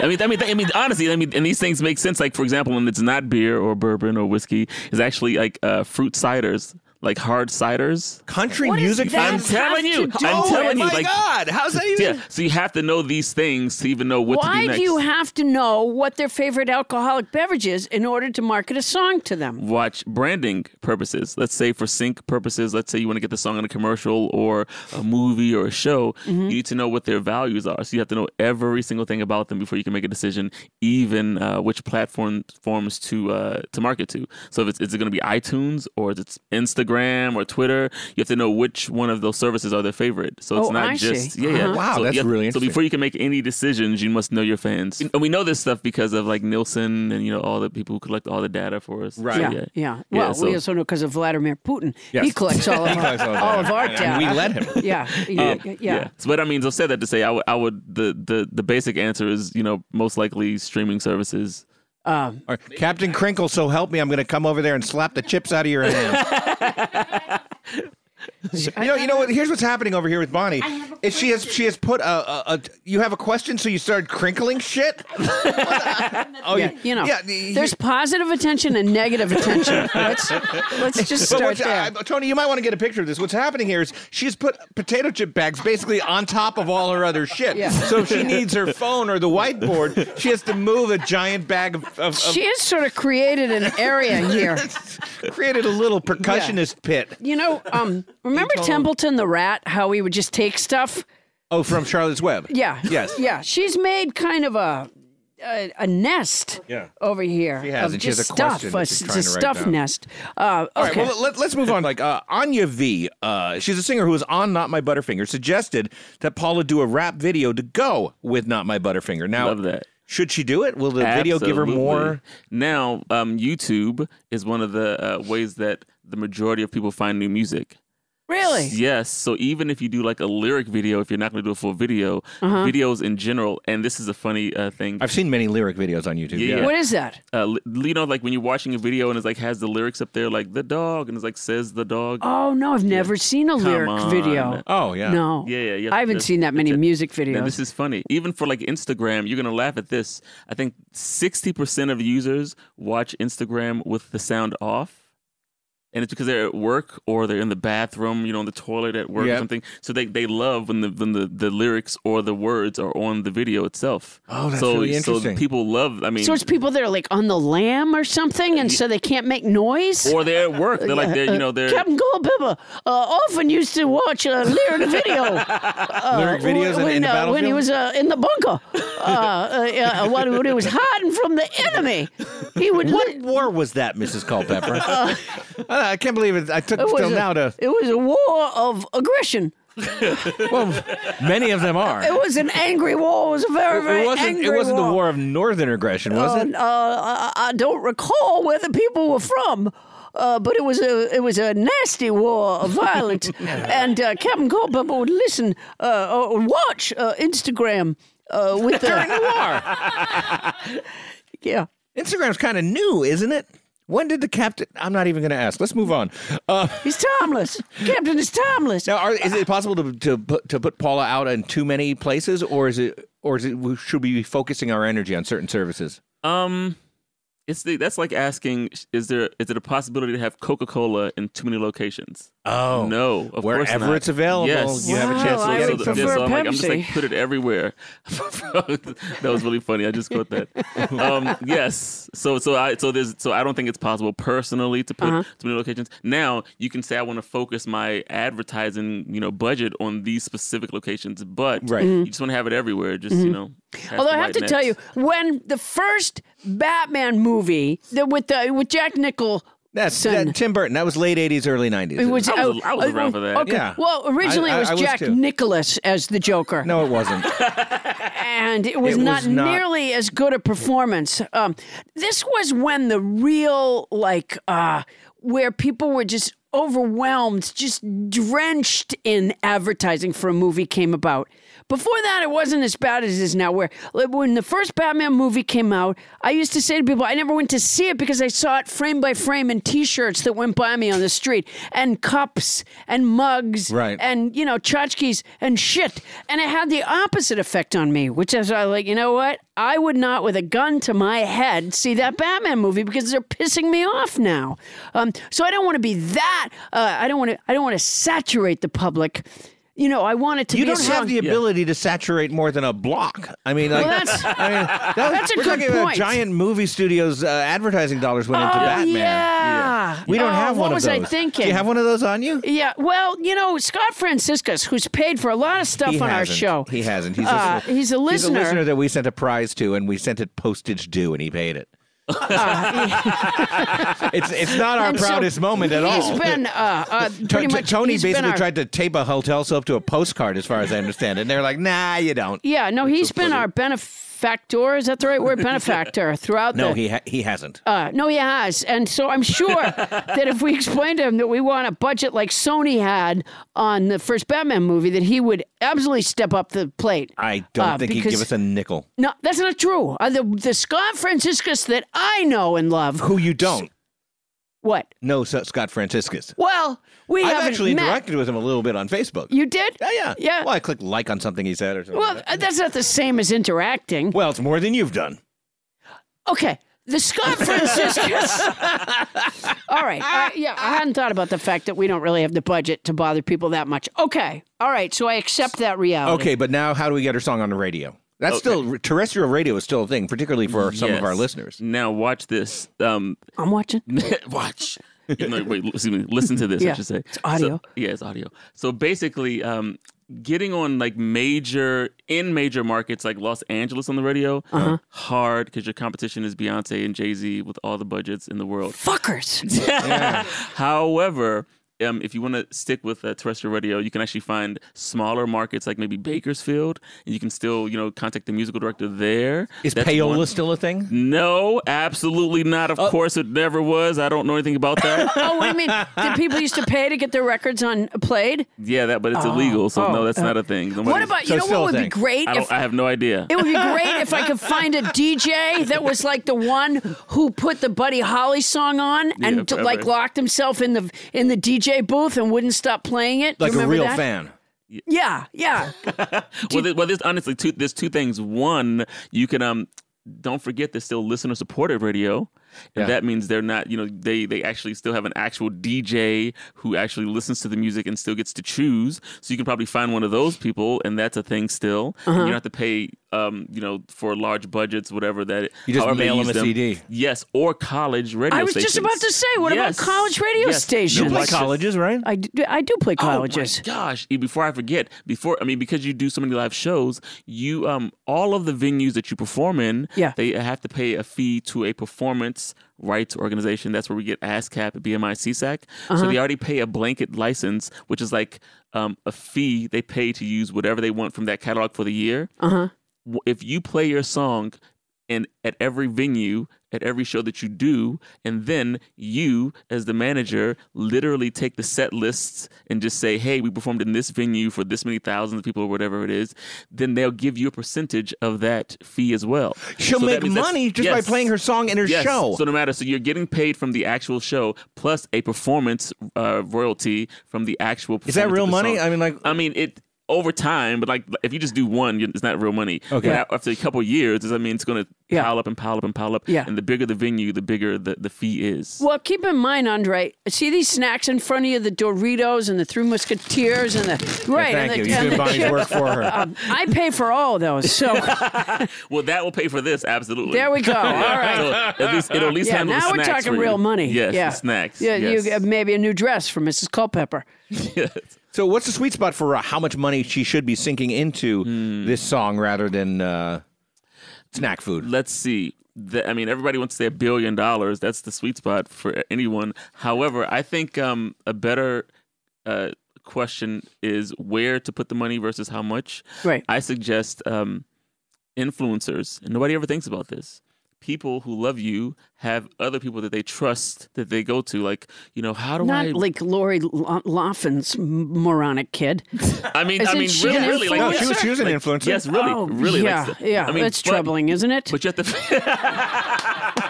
I mean, I mean, I mean, honestly, I mean, and these things make sense. Like, for example, when it's not beer or bourbon or whiskey, it's actually like uh, fruit ciders, like hard ciders.
Country
What is
music
that?
I'm
fans. Oh
telling you,
have to
I'm
do
telling you,
my
like,
God, how's that even?
[laughs] yeah. So you have to know these things to even know what to do
Why
next.
do you have to know what their favorite alcoholic beverage is in order to market a song to them?
watch branding purposes. Let's say for sync purposes, let's say you want to get the song on a commercial or a movie or a show,
Mm-hmm.
you need to know what their values are. So you have to know every single thing about them before you can make a decision, even uh, which platform forms to uh, to market to. So if it's, is it going to be iTunes or is it Instagram or Twitter? You have to know which one of those services are their favorite. So it's
Oh,
not
I see.
just yeah, yeah.
Uh-huh. Wow,
So you
that's
have-
really
So
interesting.
before you can make any decisions, you must know your fans, and we know this stuff because of like Nielsen and you know all the people who collect all the data for us.
Right.
So,
Yeah, yeah. Well,
so-
we also know because of Vladimir Putin. He
Yes.
collects all of
Oh,
collects all
our,
of
all
that.
of our data.
we let him.
yeah, yeah, yeah, yeah.
So, but I mean, I said that to say I would, I would the, the the basic answer is you know most likely streaming services.
All right. Captain Crinkle, so help me, I'm going to come over there and slap the chips out of your hand.
[laughs]
you know, you know what? Here's what's happening over here with Bonnie. Is she has she has put a, a, a you have a question, so you started crinkling
[laughs]
shit. oh yeah,
You know,
yeah. the- [laughs]
there's positive attention and negative attention. let's let's just
But
start
what's-
there.
I- Tony, you might want to get a picture of this. What's happening here is she's put potato chip bags basically on top of all her other shit.
Yeah.
So if she needs her phone or the whiteboard, she has to move a giant bag of, of, of
she has sort of created an
[laughs]
area here.
created a little percussionist pit.
You know, um, remember Templeton the rat? How he would just take stuff.
Oh, from Charlotte's Web.
Yeah.
Yes.
Yeah. She's made kind of a a, a nest
Yeah.
over here.
She has,
of
and she has
just
a
stuff.
question
a
that she's
s- it's a
trying to write
stuff
down.
nest. Uh,
All right,
okay.
well, let, us move on. Like uh, Anya V, uh, she's a singer who was on Not My Butterfinger, suggested that Paula do a rap video to go with Not My Butterfinger. Now,
Love that.
should she do it? Will the video give her
Absolutely.
more?
Now, um, YouTube is one of the uh, ways that the majority of people find new music.
really?
Yes. So even if you do like a lyric video, if you're not going to do a full video,
Uh-huh.
videos in general, and this is a funny uh, thing.
I've seen many lyric videos on YouTube.
Yeah, yeah.
What is that?
Uh, li- you know, like when you're watching a video and it's like has the lyrics up there, like the dog, and it's like says the dog.
Oh no, I've never seen a lyric
on.
video.
Oh, yeah.
No.
Yeah, yeah, yeah.
I haven't
That's-
seen that many
that's it.
music
Now,
videos.
this is funny. Even for like Instagram, you're gonna laugh at this. I think 60% of users watch Instagram with the sound off. And it's because they're at work or they're in the bathroom, you know, in the toilet at work
Yep.
or something. So they, they love when the when the, the lyrics or the words are on the video itself.
Oh, that's
so,
really
So
interesting.
people love I mean
so it's people that are like on the lamb or something, and so they can't make noise.
or they're at work. They're
[laughs]
like they're you know, they're
Captain Goldpepper uh, often used to watch a lyric video. Uh,
Lyric [laughs] videos in-
when,
in the
uh, when he
battlefield?
was uh, in the bunker, uh,
[laughs]
uh, uh, when, when he was hiding from the enemy. He would.
What
li-
war was that,
[laughs]
Mrs. Culpepper? Uh, [laughs] I can't believe it. I took
it was
till
a,
now to.
It was a war of aggression.
Well, many of them
[laughs]
are.
It was an angry war. It was a very, very
it wasn't.
angry
It wasn't
war.
the war of northern aggression, was it?
Uh, I, I don't recall where the people were from. Uh, but it was a it was a nasty war of violence, and uh, Captain Culpepper would listen uh, or watch uh, Instagram uh, with
During
the
the war.
[laughs] yeah.
Instagram's kind of new, isn't it? When did the captain? I'm not even going to ask. Let's move on. Uh,
He's timeless. Captain is timeless.
now, are, is it possible to to put, to put Paula out in too many places, or is it or is it should we be focusing our energy on certain services?
um it's the, that's like asking is there is it a possibility to have Coca Cola in too many locations?
Oh
No, of course
Wherever
not.
it's available,
yes.
you have a
Wow,
chance to
I
get
would
it.
th-
prefer
I'm, like, I'm just like
Pepsi.
put it everywhere. [laughs] that was really funny. I just quote
[laughs]
that. Um, yes. So so I so there's so I don't think it's possible personally to
Uh-huh.
put too many locations. Now you can say I want to focus my advertising you know budget on these specific locations, but
Right.
you just want to have it everywhere. Just you know. cast
Mm-hmm. Although
the
I have
wide
to
net.
tell you, when the first Batman movie the, with the with Jack Nichol
That's
Son.
that, Tim Burton. That was late 80s, early 90s.
It was,
I was-
oh,
I was
oh,
around for that.
Okay.
Yeah.
Well, originally
I- I-
it was
I was
Jack
too.
Nicholas as the Joker.
No, it wasn't.
and it was,
It
not,
was not-
nearly as good a performance. Um, this was when the real, like, uh, where people were just overwhelmed, just drenched in advertising for a movie came about. Before that, it wasn't as bad as it is now. Where like, when the first Batman movie came out, I used to say to people, I never went to see it because I saw it frame by frame in T-shirts that went by me on the street, and cups and mugs,
Right.
and and you know tchotchkes and shit and it had the opposite effect on me which is i like you know what i would not with a gun to my head see that batman movie because they're pissing me off now um, so i don't want to be that uh, i don't want to i don't want to saturate the public you know i want it to
You
be a
don't
song-
have the ability to saturate more than a block. I mean, like,
Well, that's-
I mean, that-
that's a
we're
good
talking about
point.
giant movie studios uh, advertising dollars went
oh,
into Batman.
yeah.
We don't
Oh,
have
what
one of
was
those.
i thinking
Do you have one of those on you?
yeah well you know scott franciscus who's paid for a lot of stuff
He
on our
hasn't.
show
He hasn't. He's,
Uh,
a,
he's a listener.
He's a listener that we sent a prize to, and we sent it postage due, and he paid it. [laughs] it's it's not our
Uh, And so
proudest moment at all.
He's been uh, uh,
To-
pretty
to-
much.
Tony
he's been
basically
our-
tried to tape a hotel soap to a postcard, as far as I understand it. And they're like, "Nah, you don't."
Yeah, no, he's been our benefactor. Is that the right
[laughs]
word? Benefactor throughout
No,
the.
he ha- he hasn't.
uh, no, he has. And so I'm
[laughs]
sure that if we explained to him that we want a budget like Sony had on the first Batman movie, that he would absolutely step up the plate.
I don't
uh,
think he'd
because-
give us a nickel.
No, that's not true. Uh, the, the Scott Franciscus that I know and love.
Who you don't
What?
know, so Scott Franciscus.
Well, we
I've
haven't
actually
met.
interacted with him a little bit on Facebook.
You did?
yeah, yeah,
Yeah.
Well, I clicked like on something he said or something.
Well,
like that.
uh, that's not the same as interacting.
well, it's more than you've done.
Okay. The Scott Franciscus. all right. Uh, yeah, I hadn't thought about the fact that we don't really have the budget to bother people that much. Okay. All right. So I accept that reality.
Okay, but now how do we get her song on the radio? That's still terrestrial radio is still a thing, particularly for some of our
Yes.
listeners.
Now watch this. Um, [laughs]
I'm watching.
watch. No, wait, excuse me. Listen to this.
Yeah,
I should say
it's audio.
So, yeah, it's audio. So basically, um, getting on like major in major markets like Los Angeles on the radio
Uh-huh.
hard because your competition is Beyonce and Jay Z with all the budgets in the world.
Fuckers.
However, um, if you want to stick with uh, terrestrial radio, you can actually find smaller markets like maybe Bakersfield, and you can still you know contact the musical director there.
Is
That's
payola
one.
still a thing?
No, absolutely not. Of course, it never was. I don't know anything about
[laughs]
that.
oh, what do you mean? Did people used to pay to get their records on played?
yeah, that, but it's illegal. So
oh,
no, that's
oh.
not a thing.
What
Nobody's-
about
So
you? Know
still a
what would be
thing.
great
I,
if
don't, I have no idea.
it would be great if I could find a DJ that was like the one who put the Buddy Holly song on and
Yeah,
t-
forever.
like locked himself in the in the DJ booth and wouldn't stop playing it. Do you
Like a
remember
real
that?
fan.
Yeah, yeah.
well, there, well, there's honestly two. There's two things. One, you can um, don't forget there's still listener supported radio. And
Yeah.
that means they're not, you know, they they actually still have an actual DJ who actually listens to the music and still gets to choose. So you can probably find one of those people, and that's a thing still. And
Uh-huh.
You don't have to pay, um, you know, for large budgets, whatever that.
You just
however they
mail
use
them a CD.
Yes, or college radio.
I was just
stations.
about to say, what about college radio stations?
No,
Like
watch this.
colleges, right?
I do, I do play
Oh
colleges.
my gosh! E- Before I forget, before I mean, because you do so many live shows, you um all of the venues that you perform in,
Yeah.
they have to pay a fee to a performance rights organization. That's where we get ASCAP, BMI, CSAC. So they already pay a blanket license, which is like um a fee they pay to use whatever they want from that catalog for the year.
Uh-huh.
W- If you play your song. And at every venue, at every show that you do, and then you, as the manager, literally take the set lists and just say, "Hey, we performed in this venue for this many thousands of people, or whatever it is." Then they'll give you a percentage of that fee as well.
She'll
So
make
that means that's-
money just by
Yes.
playing her song in her
Yes.
show.
So no matter, so you're getting paid from the actual show plus a performance uh, royalty from the actual.
Is that
performance of
real
the
money?
song.
I mean, like-
I mean it over time, but like if you just do one, you- it's not real money.
Okay.
But after a couple of years, does that mean it's going to
Yeah.
pile up and pile up and pile up?
Yeah.
And the bigger the venue, the bigger the, the fee is.
Well, keep in mind, Andre. See these snacks in front of you—the Doritos and the Three Musketeers and the right.
Thank
and
you.
the, [laughs]
You
and
did
the-
Bonnie's work for her.
um, I pay for all of those,
[laughs]
so
Well, that will pay for this. Absolutely.
there
[laughs]
we go. All right.
So at least it'll at least
Yeah,
handle the
now we're
snacks
talking
for you.
real money.
Yes,
yeah,
the snacks.
Yeah,
yes.
you uh, maybe a new dress for Mrs. Culpepper.
So what's the sweet spot for uh, how much money she should
Hmm.
be sinking into this song rather than uh, snack food?
Let's see. that I mean, everybody wants to say a billion dollars. That's the sweet spot for anyone. However, I think um, a better uh, question is where to put the money versus how much.
Right.
I suggest um, influencers, and nobody ever thinks about this. People who love you have other people that they trust that they go to. Like, you know, how do
Not
I?
like Lori Lo- Laughlin's moronic
[laughs]
kid.
I mean, I
Isn't
mean,
she
really,
an
really, like,
No,
Yes,
she was, she was an influencer.
yes, really,
Oh,
really.
Yeah,
like,
yeah.
I mean,
That's
but-
troubling, isn't it?
[laughs] But you have to.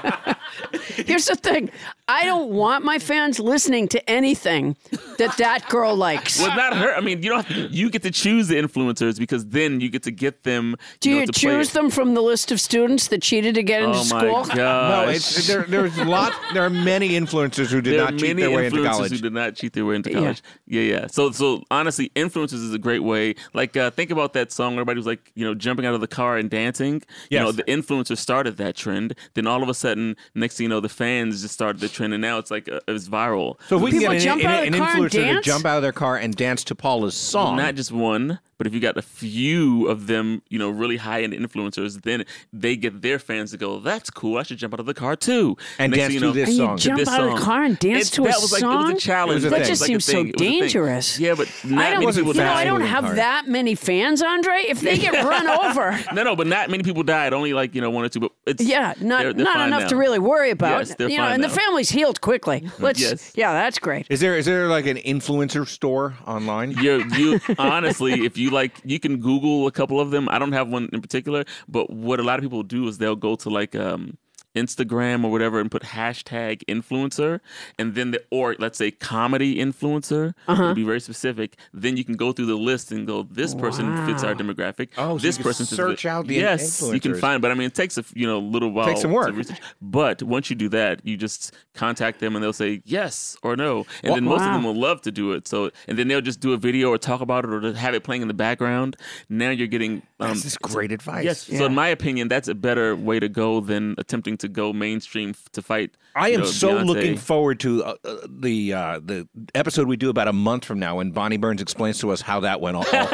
Here's the thing: I don't want my fans listening to anything that that girl likes.
Well, not her. I mean, you don't. You get to choose the influencers because then you get to get them.
Do
you,
you,
know, to play
choose
it.
them from the list of students that cheated to get into
Oh
school?
my
No,
god!
Uh, it's, there, there's a lot. There are many influencers who did
there are
not cheat
many
their way into
influencers who
college.
did not cheat their way into
Yeah.
college. Yeah, yeah. So, so honestly, influencers is a great way. Like, uh, think about that song. Everybody was like, you know, jumping out of the car and dancing. You
Yes.
know, the influencers started that trend. Then all of a sudden, next thing you know, the fans just started the trend, and now it's like uh, it's viral.
So if we can
People
get an,
jump out of
an,
the
an
car and
influencer to
dance?
jump out of their car and dance to Paula's song,
Not just one, but if you got a few of them, you know, really high end influencers, then they get their fans to go, "That's cool. I should jump out of the car too."
and
Next
dance
thing
to
you know-
this
And you
song.
jump
this
out of the
song.
car and dance
It-
to a
that was like, It
song?
was a challenge.
It was a thing.
It was
That
like a
just seems so
thing. It was a thing.
dangerous.
Yeah, but not
I
many
don't,
wasn't
people
you know,
fast
I
died.
don't
moving
have
cars.
that many fans, Andre. If they
[laughs]
get run over,
No, no, but not many people died. Only like you know one or two. But it's
yeah, not
they're- they're
not
fine
enough
now.
to really worry about.
Yes, they're
you know,
fine
and
now.
the family's healed
[laughs]
quickly. Let's,
Yes.
yeah, that's great.
Is there is there like an influencer store online?
you you honestly, if you like, you can Google a couple of them. I don't have one in particular, but what a lot of people do is they'll go to like um, Instagram or whatever and put hashtag influencer, and then the or let's say comedy influencer. To be very specific, then you can go through the list and go, this person fits our demographic.
Oh, so
this
you can
person fits
search
the-"
out the
yes, you can
influencers.
find. But I mean, it takes a f- you know little while.
Takes some
to
work.
research. But once you do that, you just contact them and they'll say yes or no, and then most of them will love to do it. So and then they'll just do a video or talk about it or just have it playing in the background. Now you're getting um,
This is great advice.
yes. So in my opinion, that's a better way to go than attempting to go mainstream f- to fight.
I
you
am
know,
so
Beyonce.
looking forward to uh, uh, the uh, the episode we do about a month from now when Bonnie Burns explains to us how that went all all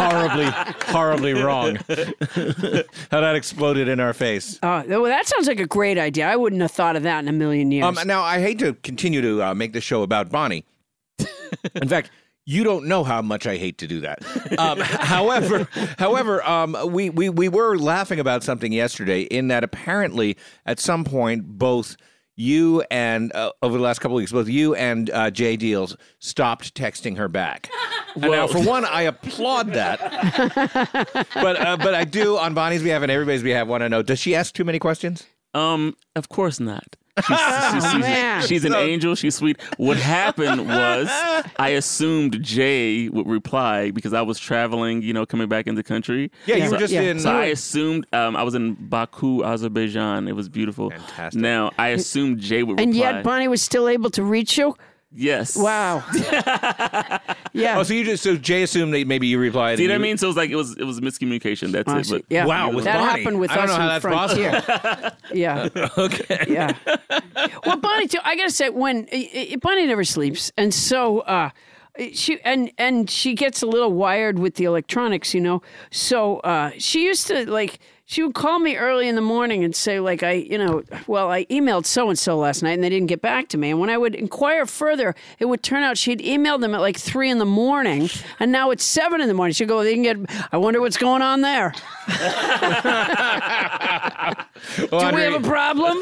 horribly horribly wrong. [laughs] how that exploded in our face.
Oh, well, that sounds like a great idea. I wouldn't have thought of that in a million years.
Um, now I hate to continue to uh, make the show about [laughs] Bonnie. In fact, you don't know how much I hate to do that. Um, however, however, um, we, we we were laughing about something yesterday in that apparently at some point both you and uh, over the last couple of weeks both you and uh, Jay Deals stopped texting her back. And now,
Well-
for one, I applaud that, but uh, but I do on Bonnie's behalf and everybody's behalf want to know: Does she ask too many questions?
Um, of course
[laughs]
not. She's,
Oh,
she's- she's-
man.
she's an angel. She's sweet. What happened was I assumed Jay would reply because I was traveling, you know, coming back in the country.
Yeah, you
So-
were just in.
So I assumed um, I was in Baku, Azerbaijan. It was beautiful.
Fantastic.
Now I assumed Jay would reply.
and yet Bonnie was still able to reach you.
yes. [laughs]
Wow. yeah.
Oh, so you just so Jay assumed that maybe you replied.
See what I
and you-
mean? So it was like it was it was miscommunication. That's
I
it.
see.
But
yeah.
Wow, with
that
Bonnie.
happened with
I
us
don't know how
in
that's
Frontier. [laughs] yeah.
[laughs]
okay. Yeah. Well, Bonnie too. I gotta say, when i- i- Bonnie never sleeps, and so uh, she and and she gets a little wired with the electronics, you know. So uh, she used to like. She would call me early in the morning and say, like, I, you know, well, I emailed so and so last night and they didn't get back to me. And when I would inquire further, it would turn out she'd emailed them at like three in the morning and now it's seven in the morning. She'd go, they can get, I wonder what's going on there.
oh,
Do we have a
[laughs]
problem?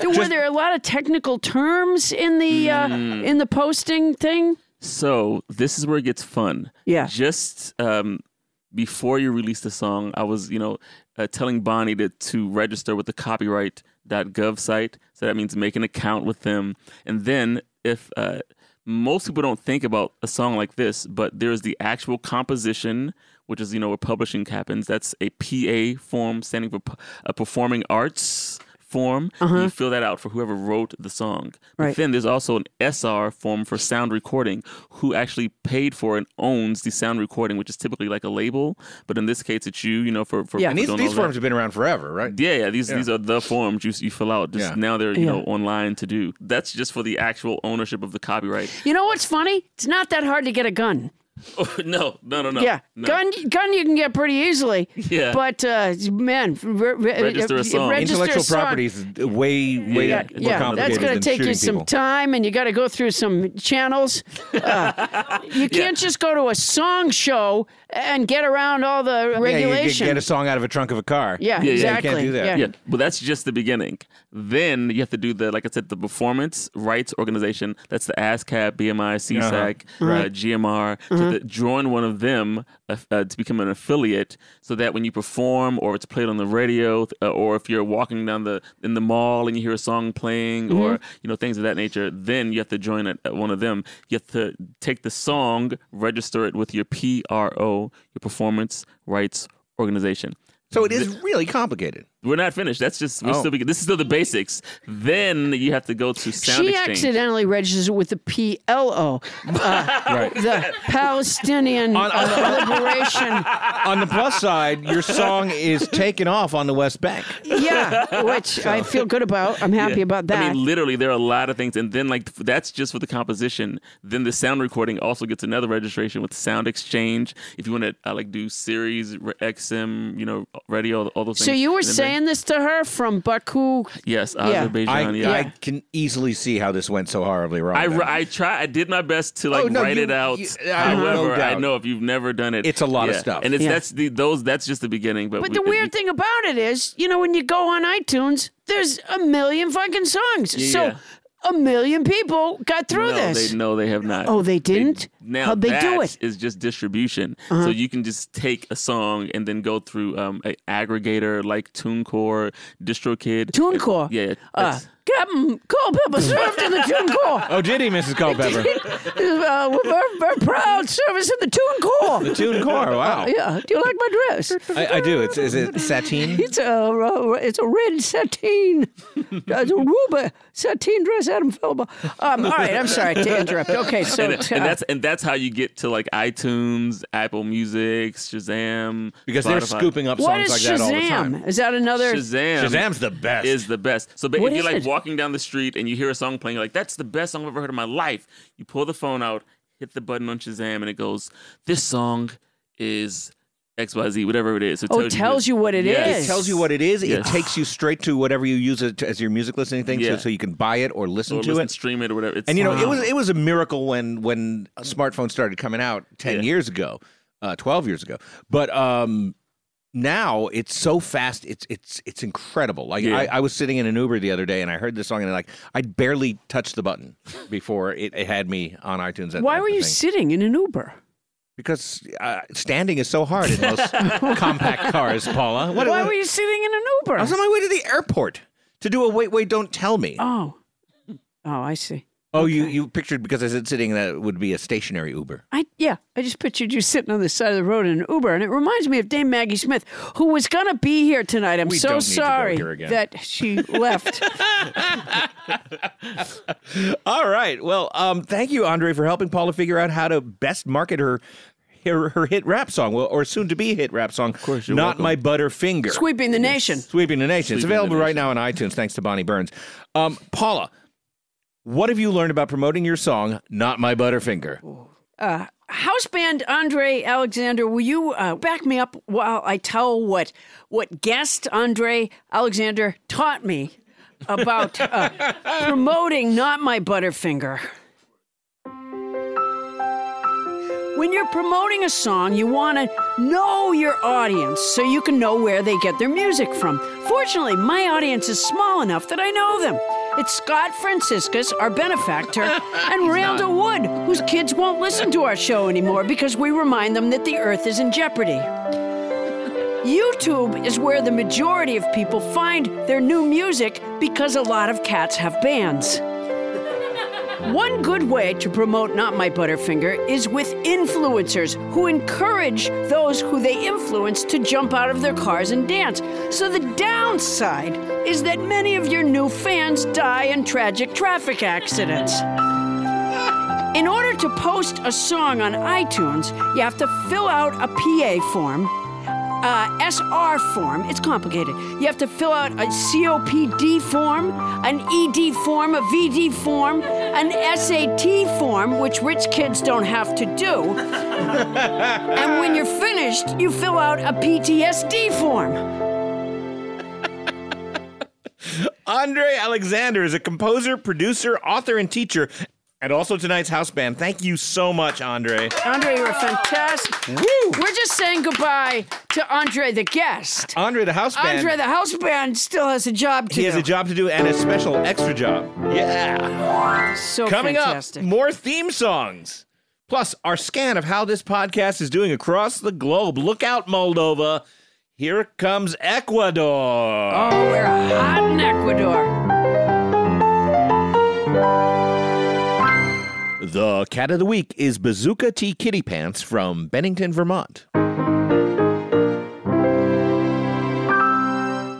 Do, were there a lot of technical terms in the
Hmm.
uh, in the posting thing?
So this is where it gets fun.
Yeah.
Just um, before you release the song, I was, you know, uh, telling Bonnie to, to register with the copyright.gov site. So that means make an account with them. And then if uh, most people don't think about a song like this, but there's the actual composition, which is, you know, where publishing happens. That's a PA form standing for uh, Performing Arts form. You fill that out for whoever wrote the song.
Uh-huh. Right.
But then there's also an SR form for sound recording, who actually paid for and owns the sound recording, which is typically like a label. But in this case, it's you, you know, for, for
Yeah.
for
And these,
doing
these
all that.
forms have been around forever, right?
Yeah, yeah. These these are the forms you you fill out. Just
Yeah.
now they're you
Yeah.
know online to do. That's just for the actual ownership of the copyright.
You know what's funny? It's not that hard to get a gun.
[laughs] Oh, no, no, no, no.
yeah,
no.
gun gun you can get pretty easily.
Yeah.
but uh, man, re- re-
Register a song.
register a
Intellectual
song.
property is way, way
Yeah,
more
yeah,
Yeah, that's going
complicated
to
than
take you
shooting
some
people.
time, and you got to go through some channels.
[laughs]
Uh, you can't just go to a song show and get around all the
Yeah, you
regulation.
could get a song out of a trunk of a car.
Yeah,
Yeah, yeah, you can't
exactly.
do that.
Yeah, but that's just the beginning. Then you have to do the, like I said, the performance rights organization. That's the ASCAP, BMI, CSAC, uh GMR. To the, join one of them uh, uh, to become an affiliate, so that when you perform or it's played on the radio, uh, or if you're walking down the in the mall and you hear a song playing, or you know things of that nature, then you have to join at, at one of them. You have to take the song, register it with your PRO, your Performance Rights Organization
So it is really complicated.
we're not finished. That's just we're
Oh.
still begin- this is still the basics. Then you have to go to sound
she
exchange.
accidentally registers it with the PLO, uh,
[laughs]
the Palestinian
On- on-
uh, Liberation.
[laughs] On the plus side, your song is taken off on the West Bank.
Yeah, which I feel good about. I'm happy
Yeah.
about that.
I mean, literally, there are a lot of things, and then like that's just for the composition. Then the sound recording also gets another registration with Sound Exchange. If you want to uh, like do series, re- XM, you know, radio, all, all those
so
things.
you were
And then-
saying this to her from Baku?
yes,
Yeah.
I,
Azerbaijan. yeah.
I can easily see how this went so horribly wrong.
I,
then.
I try. I did my best to like
Oh, no,
write
you-
it out.
you- uh, no
However, I
doubt.
know if you've never done it,
It's a lot of
yeah.
stuff.
and it's
Yeah.
that's the those that's just the beginning. But,
But
we-
the
we-
weird thing about it is, you know, when you go on iTunes, there's a million fucking songs.
Yeah,
so
yeah.
a million people got through
no,
this.
They, no, they have not.
Oh, they didn't?
now
How'd they do
that
it? Uh-huh.
Is just distribution. So you can just take a song and then go through um, an aggregator like TuneCore, DistroKid.
TuneCore.
Yeah.
Uh,
that's-
Captain Culpepper served in the Tune
[laughs]
Corps.
Oh, did he, Mrs.
[laughs]
Culpepper?
Uh, we're, very- very proud service in the Tune
[laughs]
Corps.
Tune core.
[laughs]
Wow.
Yeah. Do you like my dress?
I, I do. It's is it sateen?
It's a ro- it's a red sateen, it's a ruby sateen dress. Adam Felber. Um, all right, I'm sorry to interrupt. Okay, so uh,
and, and that's and that's how you get to like iTunes, Apple Music, Shazam.
Because they're
Spotify.
scooping up
what
songs
is
like that all the
Shazam?
time.
is that another?
Shazam.
Shazam's the best.
Is the best. So but
What
if you're
is
like
it?
walking down the street and you hear a song playing, you're like, that's the best song I've ever heard in my life. You pull the phone out, hit the button on Shazam, and it goes, This song is XYZ, whatever it is. So it
Oh, it tells you what it
it is.
is.
It tells you what it is. It
Yes.
takes you straight to whatever you use it to, as your music listening thing, so,
Yeah.
so you can buy it or listen
or
to
listen,
it.
stream it or whatever. It's,
And you know, it was it was a miracle when when smartphones started coming out ten
Um, Yeah.
years ago, uh, twelve years ago. But um, now it's so fast, it's it's it's incredible. Like
Yeah.
I, I was sitting in an Uber the other day, and I heard this song, and like I barely touched the button before it, it had me on iTunes. At,
Why
at
were
the
you
thing.
sitting in an Uber?
Because uh, standing is so hard
[laughs]
in most compact cars, Paula. What,
Why were you sitting in an Uber?
I was on my way to the airport to do a wait, wait, don't tell me.
oh, oh, I see.
oh, you you pictured because I said sitting that it would be a stationary Uber.
I yeah, I just pictured you sitting on the side of the road in an Uber, and it reminds me of Dame Maggie Smith, who was gonna be here tonight. I'm
We
so
don't need to go
sorry
here again.
that she
[laughs]
left.
All right. Well, um, thank you, Andre, for helping Paula figure out how to best market her her, her hit rap song, well, or soon to be hit rap song. Of
course, you're
not
welcome.
my butterfinger.
Sweeping the nation.
Sweeping the nation. it's
Sweeping the
available right
nation.
now on iTunes. Thanks to Bonnie Burns. Um, Paula, what have you learned about promoting your song? Not my butterfinger.
uh, house band Andre Alexander, will you uh, back me up while I tell what what guest Andre Alexander taught me about uh, promoting not my butterfinger? When you're promoting a song, you want to know your audience so you can know where they get their music from. Fortunately, my audience is small enough that I know them. It's Scott Franciscus, our benefactor, and Randall Wood, whose kids won't listen to our show anymore because we remind them that the earth is in jeopardy. YouTube is where the majority of people find their new music because a lot of cats have bands. One good way to promote Not My Butterfinger is with influencers who encourage those who they influence to jump out of their cars and dance. So the downside is that many of your new fans die in tragic traffic accidents. In order to post a song on iTunes, you have to fill out a PA form uh, SR form. It's complicated. You have to fill out a COPD form, an ED form, a VD form, an SAT form, which rich kids don't have to
[laughs]
do. and when you're finished, you fill out a PTSD form.
Andre Alexander is a composer, producer, author, and teacher, and also tonight's house band. Thank you so much, Andre.
Andre, you're fantastic.
Woo!
We're just saying goodbye to Andre the guest.
Andre the house band.
Andre the house band still has a job to
Uh, he
do.
has a job to do and a special extra job. Yeah.
So
Coming
Oh, fantastic.
up, more theme songs. Plus, our scan of how this podcast is doing across the globe. Look out, Moldova. Here comes Ecuador.
Oh, we're hot in Ecuador.
The cat of the week is Bazooka T. Kitty Pants from Bennington, Vermont.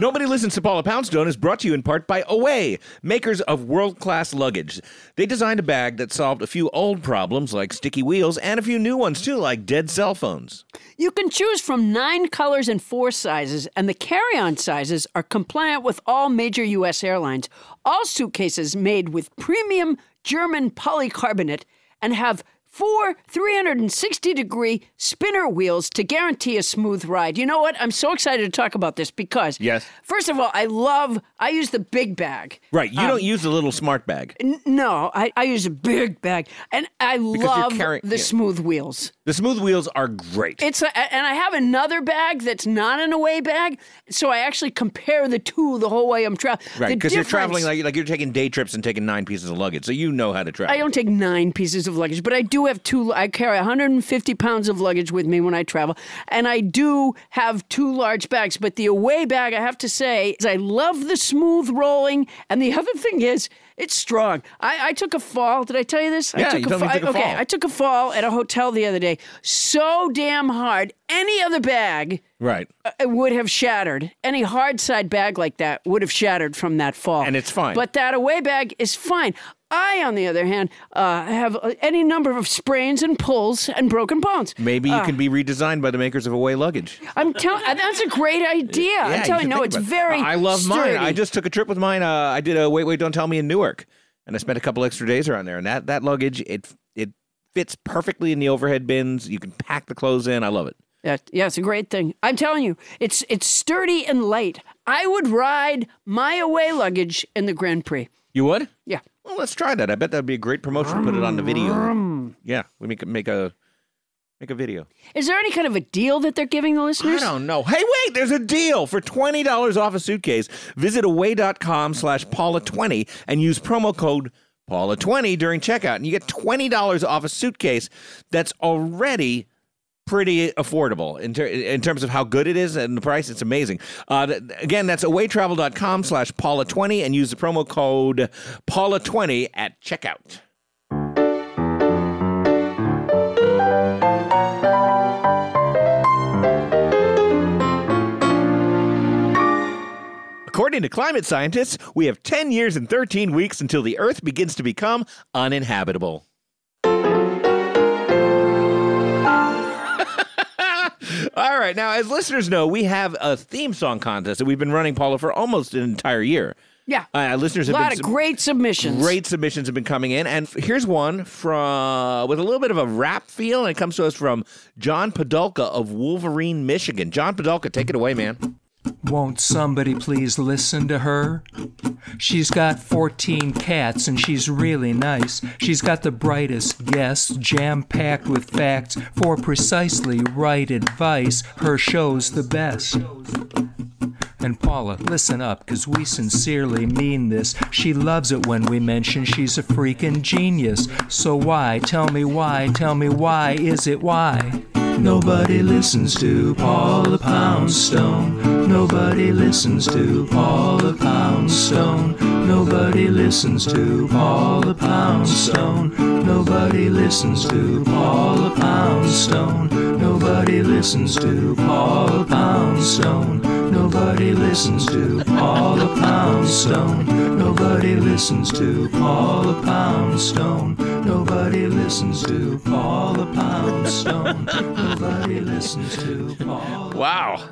Nobody Listens to Paula Poundstone is brought to you in part by Away, makers of world class luggage. They designed a bag that solved a few old problems like sticky wheels and a few new ones too, like dead cell phones.
You can choose from nine colors and four sizes, and the carry on sizes are compliant with all major U.S. airlines. All suitcases made with premium German polycarbonate and have four 360 degree spinner wheels to guarantee a smooth ride. You know what? I'm so excited to talk about this because,
Yes.
first of all, I love, I use the big bag.
Right, you don't use the little smart bag.
Um, N- No, I, I use a big bag, and I
you're
love
carrying-
the
yeah.
smooth wheels.
The smooth wheels are great.
It's a, and I have another bag that's not an away bag, so I actually compare the two the whole way I'm traveling.
right, because you're traveling like, like you're taking day trips and taking nine pieces of luggage, so you know how to travel.
I don't take nine pieces of luggage, but I do have two. I carry 150 pounds of luggage with me when I travel, and I do have two large bags. But the away bag, I have to say, is I love the smooth rolling. And the [laughs] other thing is, it's strong. I, I took a fall. Did I tell you this?
Yeah,
I took
you
a
told me
fa-
you took a
okay,
fall.
I took a fall at a hotel the other day. So damn hard. Any other bag.
right.
It would have shattered. Any hard side bag like that would have shattered from that fall.
And it's fine.
But that away bag is fine. I, on the other hand, uh, have uh, any number of sprains and pulls and broken bones.
Maybe you can be redesigned by the makers of Away Luggage.
I'm telling. That's a great idea.
Yeah,
I'm telling you.
should
No,
think
it's
about it.
very.
I love
sturdy.
mine. I just took a trip with mine. Uh, I did a wait, wait, don't tell me in Newark, and I spent a couple extra days around there. And that that luggage, it it fits perfectly in the overhead bins. You can pack the clothes in. I love it.
Yeah, yeah, it's a great thing. I'm telling you, it's it's sturdy and light. I would ride my away luggage in the Grand Prix.
You would?
Yeah.
Well, let's try that. I bet that'd be a great promotion. Put it on the video. Yeah, we make make a make a video.
Is there any kind of a deal that they're giving the
I
listeners?
don't know. Hey, wait, there's a deal for $20 off a suitcase. Visit away.com slash Paula20 and use promo code Paula20 during checkout, and you get $20 off a suitcase that's already pretty affordable in, ter- in terms of how good it is and the price. It's amazing. Uh, th- again, that's awaytravel.com slash Paula20 and use the promo code Paula20 at checkout. According to climate scientists, we have 10 years and 13 weeks until the Earth begins to become uninhabitable. [laughs] All right, now, as listeners know, we have a theme song contest that we've been running, Paula, for almost an entire year.
Yeah.
Uh, listeners
a
have
lot
been
of
sub-
great submissions.
Great submissions have been coming in, and here's one from with a little bit of a rap feel, and it comes to us from John Podolka of Wolverine, Michigan. John Podolka, take it away, man.
Won't somebody please listen to her? She's got 14 cats and she's really nice. She's got the brightest guests, jam packed with facts for precisely right advice. Her show's the best. And Paula, listen up, 'cause we sincerely mean this. She loves it when we mention she's a freaking genius. So why, tell me why, tell me why, is it why? Nobody listens to Paula Poundstone. Nobody listens to Paula Poundstone. Nobody listens to Paula Poundstone. Nobody listens to Paula Poundstone. Nobody listens to Paula Poundstone. Nobody listens to Paula Poundstone. Nobody listens to Paula Poundstone. Nobody listens to Paula Poundstone. Nobody listens to Paula.
Wow.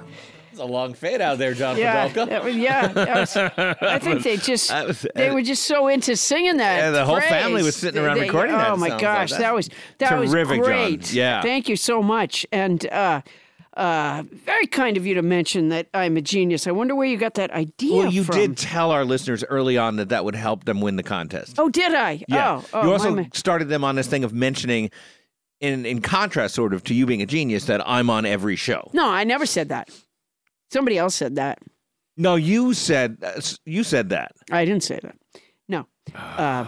It's a long fade out there, John
Yeah,
Pavelka.
that was- yeah. that
[laughs]
was- I think they just
that was- uh,
they were just so into singing that.
Yeah, the whole family was
phrase.
sitting around
They-
recording that,
Oh
it
my
sounds
gosh,
like.
that was that was
Terrific, John.
great.
Yeah.
thank you so much, and uh, uh, very kind of you to mention that I'm a genius. I wonder where you got that idea.
Well, you
from.
did tell our listeners early on that that would help them win the contest.
Oh, did I?
Yeah.
Oh, oh,
you
my
also
ma-
started them on this thing of mentioning, in in contrast, sort of to you being a genius, that I'm on every show.
no, I never said that. Somebody else said that.
No, you said uh, s- you said that.
I didn't say that. No.
[sighs]
Uh,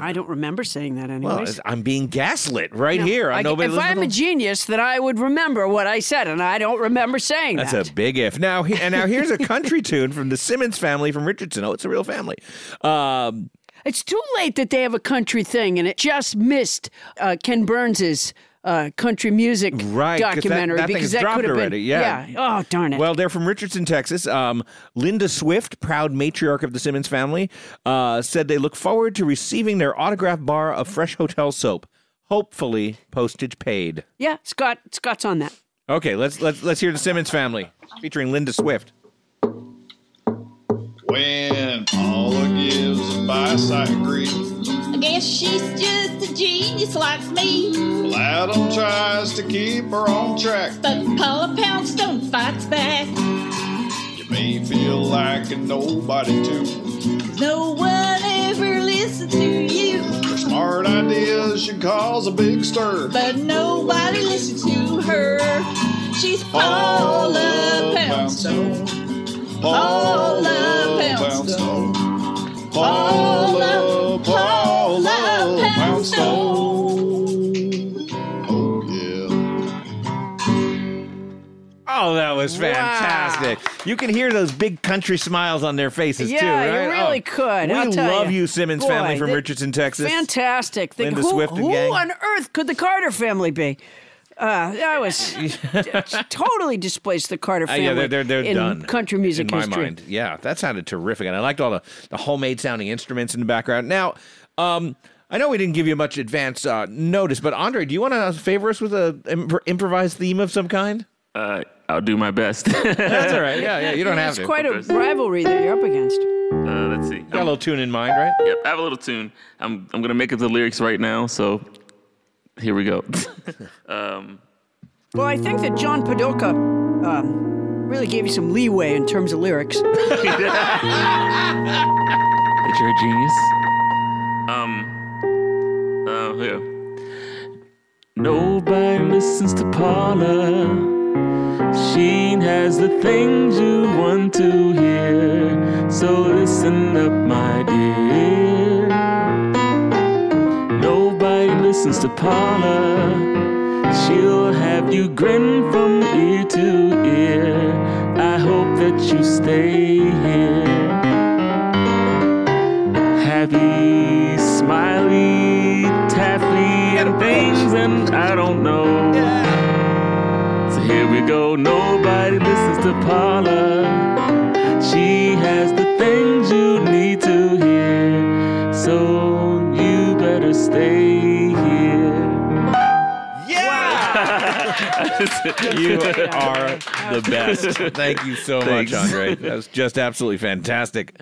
I don't remember saying that anyways.
Well, it's- I'm being gaslit right here.
I-
I, nobody
if
listens
I'm
to-
a genius, then I would remember what I said, and I don't remember saying
That's
that.
a big if. Now he- and now
[laughs]
here's a country tune from the Simmons family from Richardson. Oh, it's a real family. Um,
It's too late that they have a country thing, and it just missed uh, Ken Burns's uh, country music
Right, 'cause that-
documentary
that thing
because
is
that
dropped
could have been.
already, yeah.
Oh darn it.
well, they're from Richardson, Texas. Um, Linda Swift, proud matriarch of the Simmons family, uh, said they look forward to receiving their autograph bar of fresh hotel soap. Hopefully, postage paid.
yeah, Scott. Scott's on that.
Okay, let's let's let's hear the Simmons family featuring Linda Swift.
When Paula gives a bicycle greet,
I guess she's just a genius like me.
well, Adam tries to keep her on track.
But Paula Poundstone fights back.
You may feel like a nobody too.
No one ever listens to you.
Your smart ideas should cause a big stir.
But nobody listens to her. She's Paula Poundstone. Paula Poundstone.
Paula,
Paula,
Paula
Paula
Poundstone. Oh, yeah.
Oh, that was fantastic! You can hear those big country smiles on their faces too,
Yeah,
right?
you really
Oh,
could.
We
I'll tell
love
ya.
you, Simmons family
Boy,
from
the-
Richardson, Texas.
Fantastic. Think
Linda
who,
Swift and
who
gang.
on earth could the Carter family be? Uh, that
[laughs]
was totally displaced the Carter
Uh,
family
yeah, they're they're, they're
in
done.
country music
in my
history.
mind. Yeah, that sounded terrific, and I liked all the, the homemade sounding instruments in the background. Now, um, I know we didn't give you much advance uh, notice, but Andre, do you want to favor us with a impro- improvised theme of some kind?
[laughs]
Uh, I'll do my best. [laughs] uh,
That's all right. Yeah, yeah. You don't have
It's
to.
quite a
Chris.
rivalry that you're up against.
let's see.
Got a little tune in mind, right?
Yep, I have a little tune. I'm I'm gonna make up the lyrics right now, so here we go. [laughs] um,
Well, I think that John Padoka um, really gave you some leeway in terms of lyrics.
that you're a genius. Um. Uh, here. Nobody listens to Paula. She has the things you want to hear. So listen up, my dear. Nobody listens to Paula. She'll have you grin from ear to ear. I hope that you stay here. Happy, smiley, taffy, and things, and I don't know. So here we go. Nobody listens to Paula. She has the things you need to hear. So you better stay here.
You are the
[laughs]
best. Thank you so much, Andre. That was just absolutely fantastic.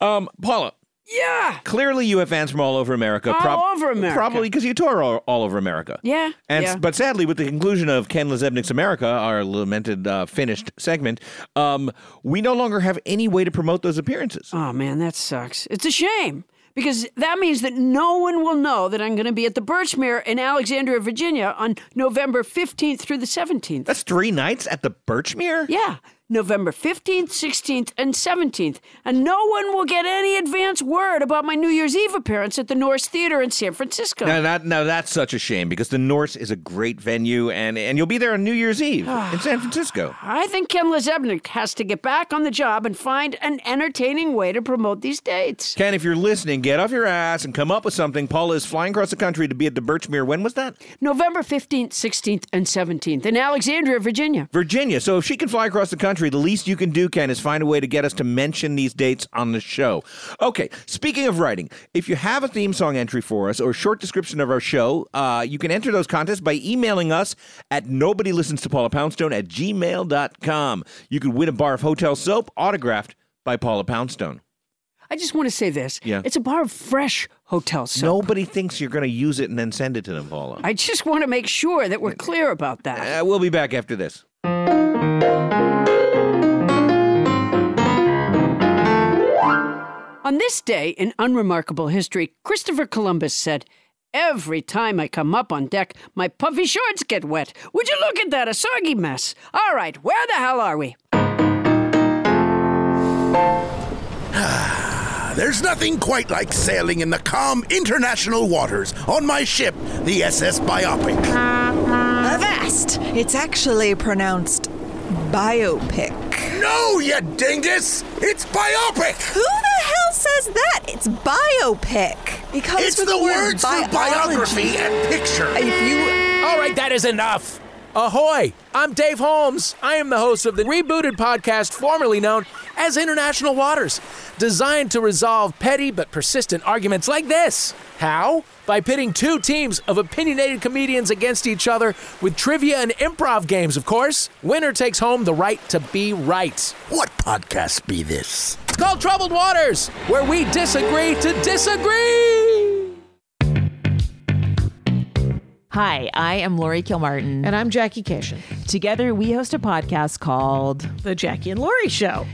Um, Paula,
yeah.
clearly you have fans from all over America.
All over America.
Probably because you tour all, all over America.
Yeah,
And
yeah.
but sadly, with the conclusion of Ken Lezebnik's America, our lamented uh, finished segment, um, we no longer have any way to promote those appearances.
Oh man, that sucks. It's a shame because that means that no one will know that I'm going to be at the Birchmere in Alexandria, Virginia, on November 15th through the 17th.
That's three nights at the Birchmere.
Yeah, November 15th, 16th, and 17th. And no one will get any advance word about my New Year's Eve appearance at the Norse Theater in San Francisco.
Now that now that's such a shame because the Norse is a great venue and and you'll be there on New Year's
[sighs]
Eve in San Francisco.
I think Ken Lezebnik has to get back on the job and find an entertaining way to promote these dates.
Ken, if you're listening, get off your ass and come up with something. Paula is flying across the country to be at the Birchmere. When was that?
November 15th, 16th, and 17th in Alexandria, Virginia.
Virginia. So if she can fly across the country country, the least you can do, Ken, is find a way to get us to mention these dates on the show. Okay, speaking of writing, if you have a theme song entry for us or short description of our show, uh, you can enter those contests by emailing us at nobody listens to Paula Poundstone at gmail.com. You could win a bar of hotel soap autographed by Paula Poundstone.
I just want to say this.
Yeah.
It's a bar of fresh hotel soap.
Nobody thinks you're going to use it and then send it to them, Paula.
I just want to make sure that we're clear about that.
Uh, we'll be back after this.
On this day in unremarkable history, Christopher Columbus said, Every time I come up on deck, my puffy shorts get wet. Would you look at that, a soggy mess? All right, where the hell are we?
There's nothing quite like sailing in the calm international waters on my ship, the SS Biopic.
Avast! It's actually pronounced biopic.
No, you Oh, dingus! It's Biopic!
Who the hell says that? It's biopic. It comes
It's
from
the
word
words for
biology.
biography and picture.
If you
All right, that is enough. Ahoy! I'm Dave Holmes. I am the host of the rebooted podcast formerly known as International Waters, designed to resolve petty but persistent arguments like this. How? By pitting two teams of opinionated comedians against each other with trivia and improv games, of course. Winner takes home the right to be right.
What podcast be this?
It's called Troubled Waters, where we disagree to disagree.
Hi, I am Lori Kilmartin. And
I'm Jackie Cation.
Together, we host a podcast called
The Jackie and Lori Show.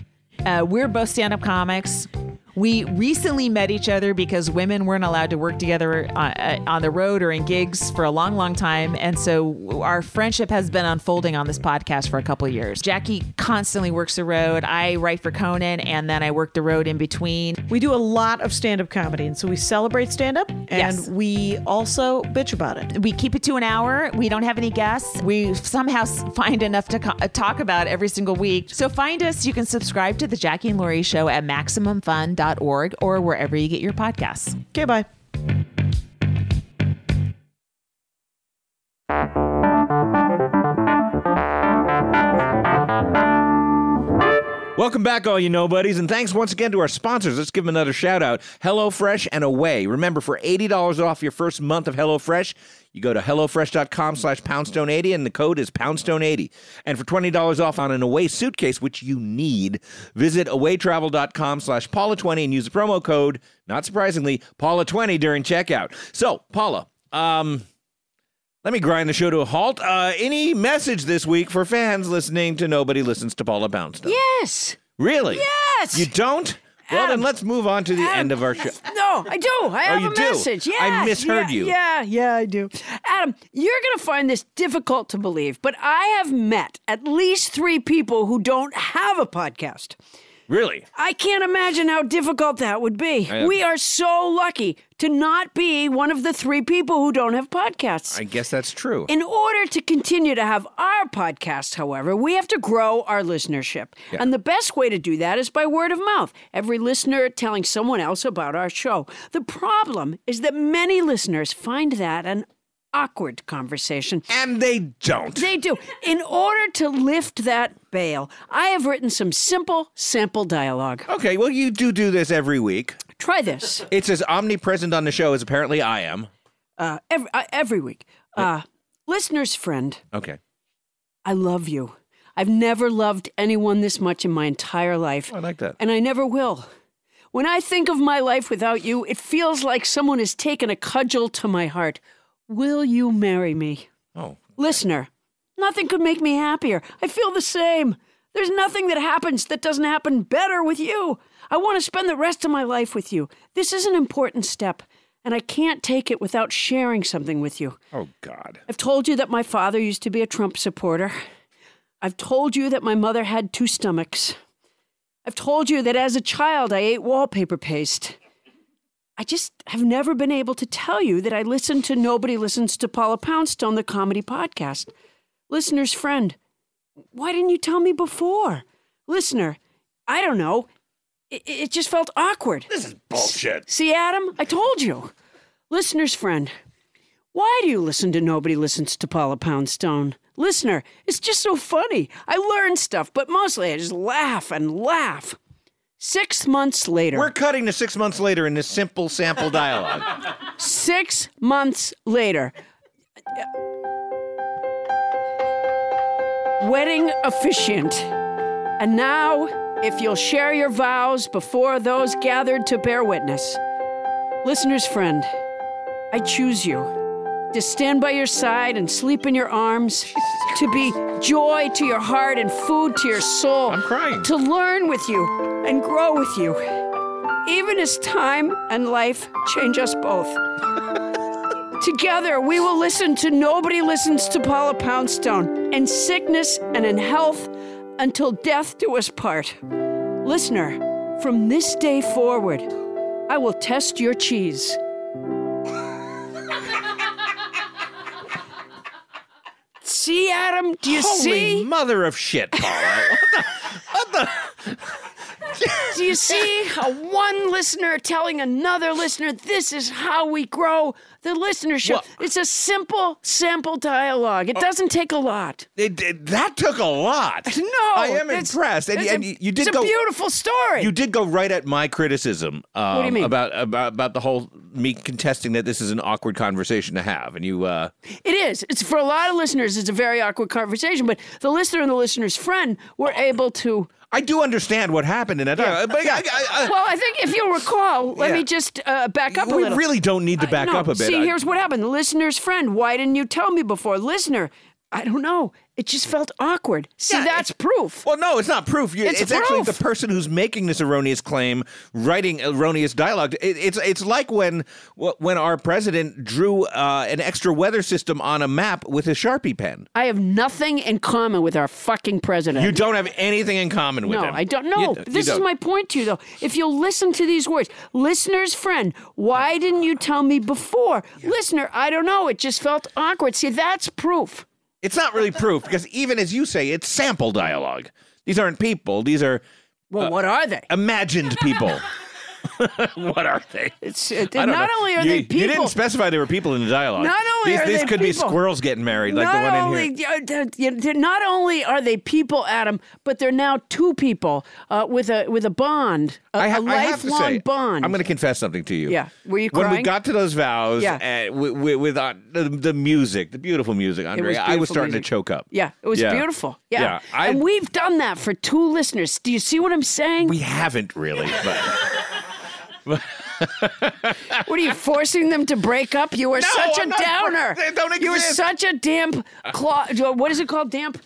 Uh, we're both stand up comics. We recently met each other because women weren't allowed to work together on, uh, on the road or in gigs for a long, long time. And so our friendship has been unfolding on this podcast for a couple of years. Jackie constantly works the road. I write for Conan and then I work the road in between.
We do a lot of stand up comedy, and so we celebrate stand up and
Yes.
we also bitch about it.
We keep it to an hour. We don't have any guests. We somehow s- find enough to co- uh, talk about every single week. So find us. You can subscribe to The Jackie and Laurie Show at MaximumFun.org or wherever you get your podcasts.
Okay, bye.
Welcome back, all you nobodies, and thanks once again to our sponsors. Let's give them another shout out HelloFresh and Away. Remember, for $80 off your first month of HelloFresh, you go to HelloFresh.com slash Poundstone80, and the code is Poundstone80. And for $20 off on an Away suitcase, which you need, visit awaytravel.com slash Paula20 and use the promo code, not surprisingly, Paula20 during checkout. So, Paula, um, let me grind the show to a halt. Uh, any message this week for fans listening to Nobody Listens to Paula Poundstone?
Yes.
Really?
Yes.
You don't? Well, then let's move on to the end of our show.
No, I do. I have
Oh, you
a
do?
message.
I
Yeah.
misheard
yeah,
you.
Yeah, yeah, I do. Adam, you're going to find this difficult to believe, but I have met at least three people who don't have a podcast.
Really?
I can't imagine how difficult that would be.
I-
we are so lucky to not be one of the three people who don't have podcasts.
I guess that's true.
In order to continue to have our podcast, however, we have to grow our listenership.
Yeah.
And the best way to do that is by word of mouth, every listener telling someone else about our show. The problem is that many listeners find that an awkward conversation.
And they don't.
They do. In order to lift that bail, I have written some simple sample dialogue.
Okay, well, you do do this every week.
Try this.
It's as omnipresent on the show as apparently I am.
uh, every, uh, every week. Uh, listener's friend,
Okay.
I love you. I've never loved anyone this much in my entire life. I
Oh, like that.
And I never will. When I think of my life without you, it feels like someone has taken a cudgel to my heart. Will you marry me?
Oh.
Listener, nothing could make me happier. I feel the same. There's nothing that happens that doesn't happen better with you. I want to spend the rest of my life with you. This is an important step, and I can't take it without sharing something with you.
Oh, God.
I've told you that my father used to be a Trump supporter. I've told you that my mother had two stomachs. I've told you that as a child I ate wallpaper paste. I just have never been able to tell you that I listen to Nobody Listens to Paula Poundstone, the comedy podcast. Listener's friend, why didn't you tell me before? Listener, I don't know. It, it just felt awkward. This is
Bullshit.
See, Adam, I told you. Listener's friend, why do you listen to Nobody Listens to Paula Poundstone? listener. It's just so funny. I learn stuff, but mostly I just laugh and laugh. Six months later.
We're cutting to six months later in this simple sample dialogue.
Six months later. Wedding officiant. And now, if you'll share your vows before those gathered to bear witness. Listener's friend, I choose you to stand by your side and sleep in your arms, to be joy to your heart and food to your soul. [laughs] I'm crying. To learn with you and grow with you, even as time and life change us both. [laughs] Together, we will listen to Nobody Listens to Paula Poundstone in sickness and in health until death do us part. Listener, from this day forward, I will test your cheese. [laughs] see, Adam? Do you
Holy
see?
mother of shit, Paula.
Do you see a one listener telling another listener, this is how we grow the listenership?
Well- Oh.
it's a simple, simple dialogue. It doesn't take a lot.
[laughs] It- it- that took a lot.
No,
I am
it's-
impressed, and,
it's a-
and you- you did
it's
go.
a beautiful story.
You did go right at my criticism um,
do you mean?
about about about the whole me contesting that this is an awkward conversation to have, and you. Uh,
It is. It's for a lot of listeners. It's a very awkward conversation, but the listener and the listener's friend were
Oh.
able to.
I do understand what happened in that, but I, I, I,
well, I think if you'll recall, let
Yeah.
me just uh, back up a
we
little. Uh,
really don't need to back
No,
up a bit.
See,
I-
here's what happened. The listener's friend. Why didn't you tell me before? Listener, I don't know. It just felt awkward. See, that's proof.
Well, no, it's not proof. You-
It's
it's actually
proof.
the person who's making this erroneous claim, writing erroneous dialogue. It, it's it's like when wh- when our president drew uh, an extra weather system on a map with a sharpie pen.
I have nothing in common with our fucking president.
You don't have anything in common with
no,
him.
I don't
You-
know.
you
This is
don't.
my point to you, though. If you'll listen to these words, listener's friend, why didn't you tell me before? Listener, I don't know. It just felt awkward. See, that's proof.
It's not really proof because even as you say, it's sample dialogue. These aren't people. These are
Well,
Uh,
what are they?
imagined people. [laughs] what are they?
It's it,
I don't
not
know.
only are
you,
they
You
people.
didn't specify there were people in the dialogue.
Not only
these,
are
these
they
could be
people-
squirrels getting married, like the
not
one in
only,
here.
uh, they're- you know, they're- not only are they people, Adam, but they're now two people uh, with a with a bond, a, a lifelong bond.
I'm going to confess something to you.
Yeah. Were you
When we
crying?
got to those vows,
Yeah.
and wi- wi- with uh, the, the music, the beautiful music, Andrea, I was
beautiful
starting
music.
to choke up.
yeah, it was
Yeah.
beautiful. Yeah,
Yeah, I-
and we've done that for two listeners. Do you see what I'm saying?
We haven't really, but
What are you forcing them to break up? You are
[laughs] No,
such a
I'm not-
downer.
they don't
You are
exist.
such a damp. Claw, what is it called? Damp.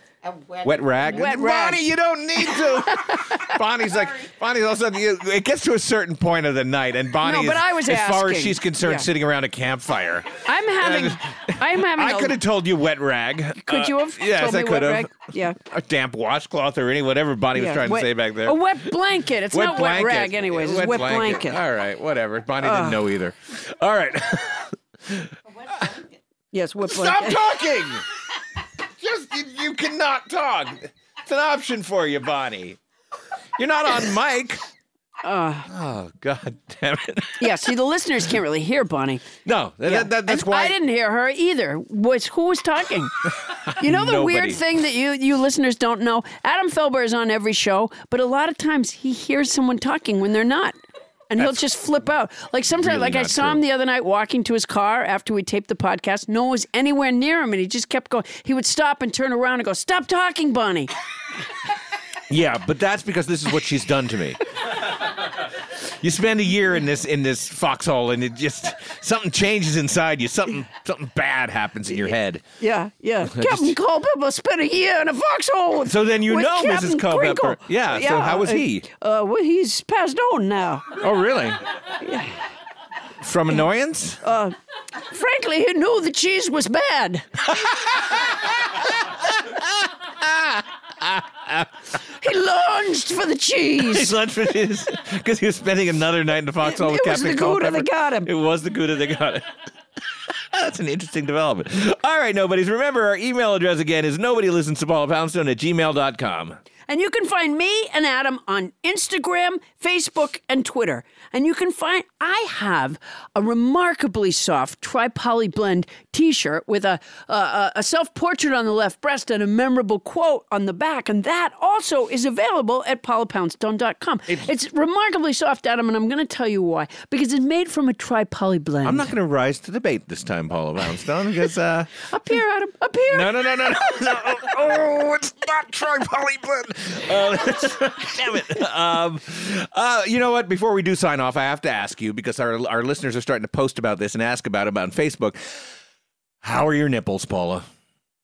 wet rag.
Wet rag.
Bonnie, you don't
[laughs]
need to. Bonnie's like Bonnie's all of a sudden. you- It gets to a certain point of the night, and Bonnie,
No, but
is,
I was
as far as
asking.
she's concerned,
Yeah.
sitting around a campfire. [laughs]
I'm having. I'm having.
I
a-
could have told you wet rag.
Could
Uh,
you have?
Yes,
told
I
me
could
wet
have.
rag?
[laughs]
Yeah.
A damp washcloth or any whatever Bonnie
yeah.
was trying
Wet-
to say back there.
A wet blanket. It's not wet rag, anyways. It's wet, blanket.
All right, whatever. Bonnie didn't
Ugh.
know either. All right.
Yes, wet
Stop
blanket.
talking. Just you, you cannot talk. It's an option for you, Bonnie. You're not on mic.
Uh,
Oh God damn it!
yeah, see, the listeners can't really hear Bonnie.
No, that,
Yeah.
that, that, that's
And
why
I didn't hear her either. Was who was talking? You know the
Nobody.
weird thing that you you listeners don't know. Adam Felber is on every show, but a lot of times he hears someone talking when they're not. And he'll just flip out. Like sometimes,
really
like I
not
saw
true.
him the other night walking to his car after we taped the podcast. No one was anywhere near him, and he just kept going. He would stop and turn around and go, "Stop talking, Bonnie."
Yeah, but that's because this is what she's done to me. You spend a year in this in this foxhole, and it just something changes inside you. Something something bad happens in your head.
Yeah,
[laughs]
yeah. Captain Culpepper spent a year in a foxhole.
So then you
with
know Mrs.
Captain
Culpepper.
Crinkle.
Yeah, so how was
uh,
he?
Uh, well, he's passed on now.
Oh, really? From annoyance?
Uh, frankly, he knew the cheese was bad. [laughs] he lunged for the cheese.
[laughs] He's lunch for his because he was spending another night in the foxhole with
It was
Captain
the Gouda
Culpepper.
that got him.
It was the Gouda that got him. [laughs] That's an interesting development. All right, nobodies. Remember, our email address again is nobody listens to Paula Poundstone at gmail.com.
And you can find me and Adam on Instagram, Facebook, and Twitter. And you can find I have a remarkably soft tri poly blend t shirt with a, a, a self portrait on the left breast and a memorable quote on the back. And that also is available at paulapoundstone.com. It's, it's remarkably soft, Adam, and I'm going to tell you why. Because it's made from a tri poly blend.
I'm not going to rise to the bait this time, Paula Poundstone, because uh,
Up here, Adam. Up here.
[laughs] no, no, no, no, no, no. Oh, [laughs] oh, it's not tri-poly blend. Uh, [laughs] damn it. Um, uh, you know what? Before we do sign off, I have to ask you because our our listeners are starting to post about this and ask about it on Facebook. How are your nipples, Paula?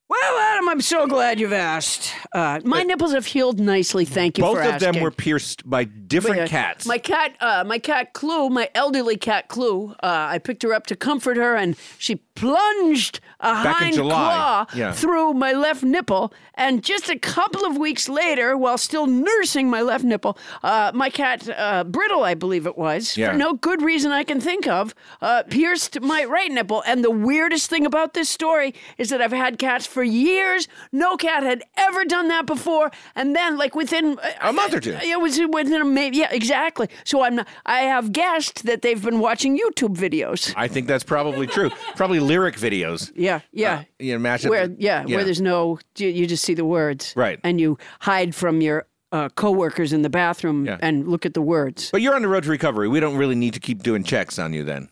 Well, Adam, I'm so glad you've asked. Uh, my nipples have healed nicely. Thank you
Both
for
of
asking.
them were pierced by different
Yeah.
cats.
My cat, uh, my cat Clue, my elderly cat Clue. Uh, I picked her up to comfort her, and she plunged a
Back in
hind
July.
claw
Yeah.
through my left nipple. And just a couple of weeks later, while still nursing my left nipple, uh, my cat uh, Brittle, I believe it was,
Yeah.
for no good reason I can think of, uh, pierced my right nipple. And the weirdest thing about this story is that I've had cats for years. No cat had ever done that before. And then, like within uh,
A month or two.
it was within a maybe. Yeah, exactly. So I'm. Not, I have guessed that they've been watching YouTube videos.
I think that's probably true. Probably lyric videos. Uh,
Yeah, yeah.
You know, match up
where
the-
yeah, where there's no, you, you just see the words,
Right.
And you hide from your uh, coworkers in the bathroom and look at the words.
But you're on the road to recovery. We don't really need to keep doing checks on you then.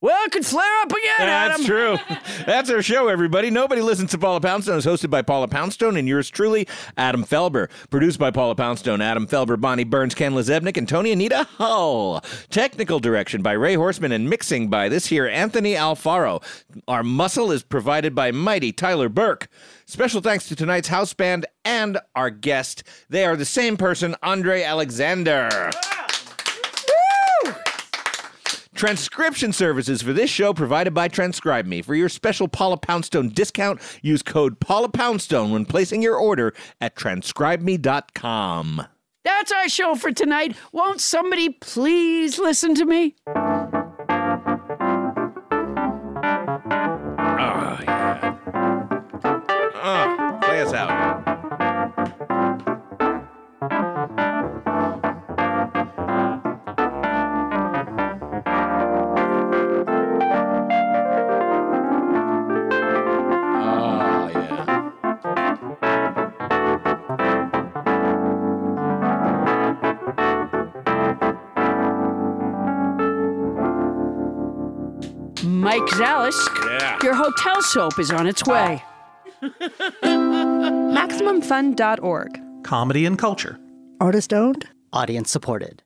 Well, it could flare up again,
That's
Adam.
true. That's our show, everybody. Nobody listens to Paula Poundstone. It's hosted by Paula Poundstone and yours truly, Adam Felber. Produced by Paula Poundstone, Adam Felber, Bonnie Burns, Ken Lezebnik, and Tony Anita Hull. Technical direction by Ray Horseman and mixing by this here Anthony Alfaro. Our muscle is provided by mighty Tyler Burke. Special thanks to tonight's house band and our guest. They are the same person, Andre Alexander. Transcription services for this show provided by Transcribe Me. For your special Paula Poundstone discount, use code Paula Poundstone when placing your order at transcribeme.com.
That's our show for tonight. Won't somebody please listen to me?
Ah, yeah. Ah, play us out. Ah, yeah.
Mike Zalisk,
Yeah.
your hotel soap is on its way.
MaximumFun.org.
Comedy and culture.
Artist owned?
Audience supported.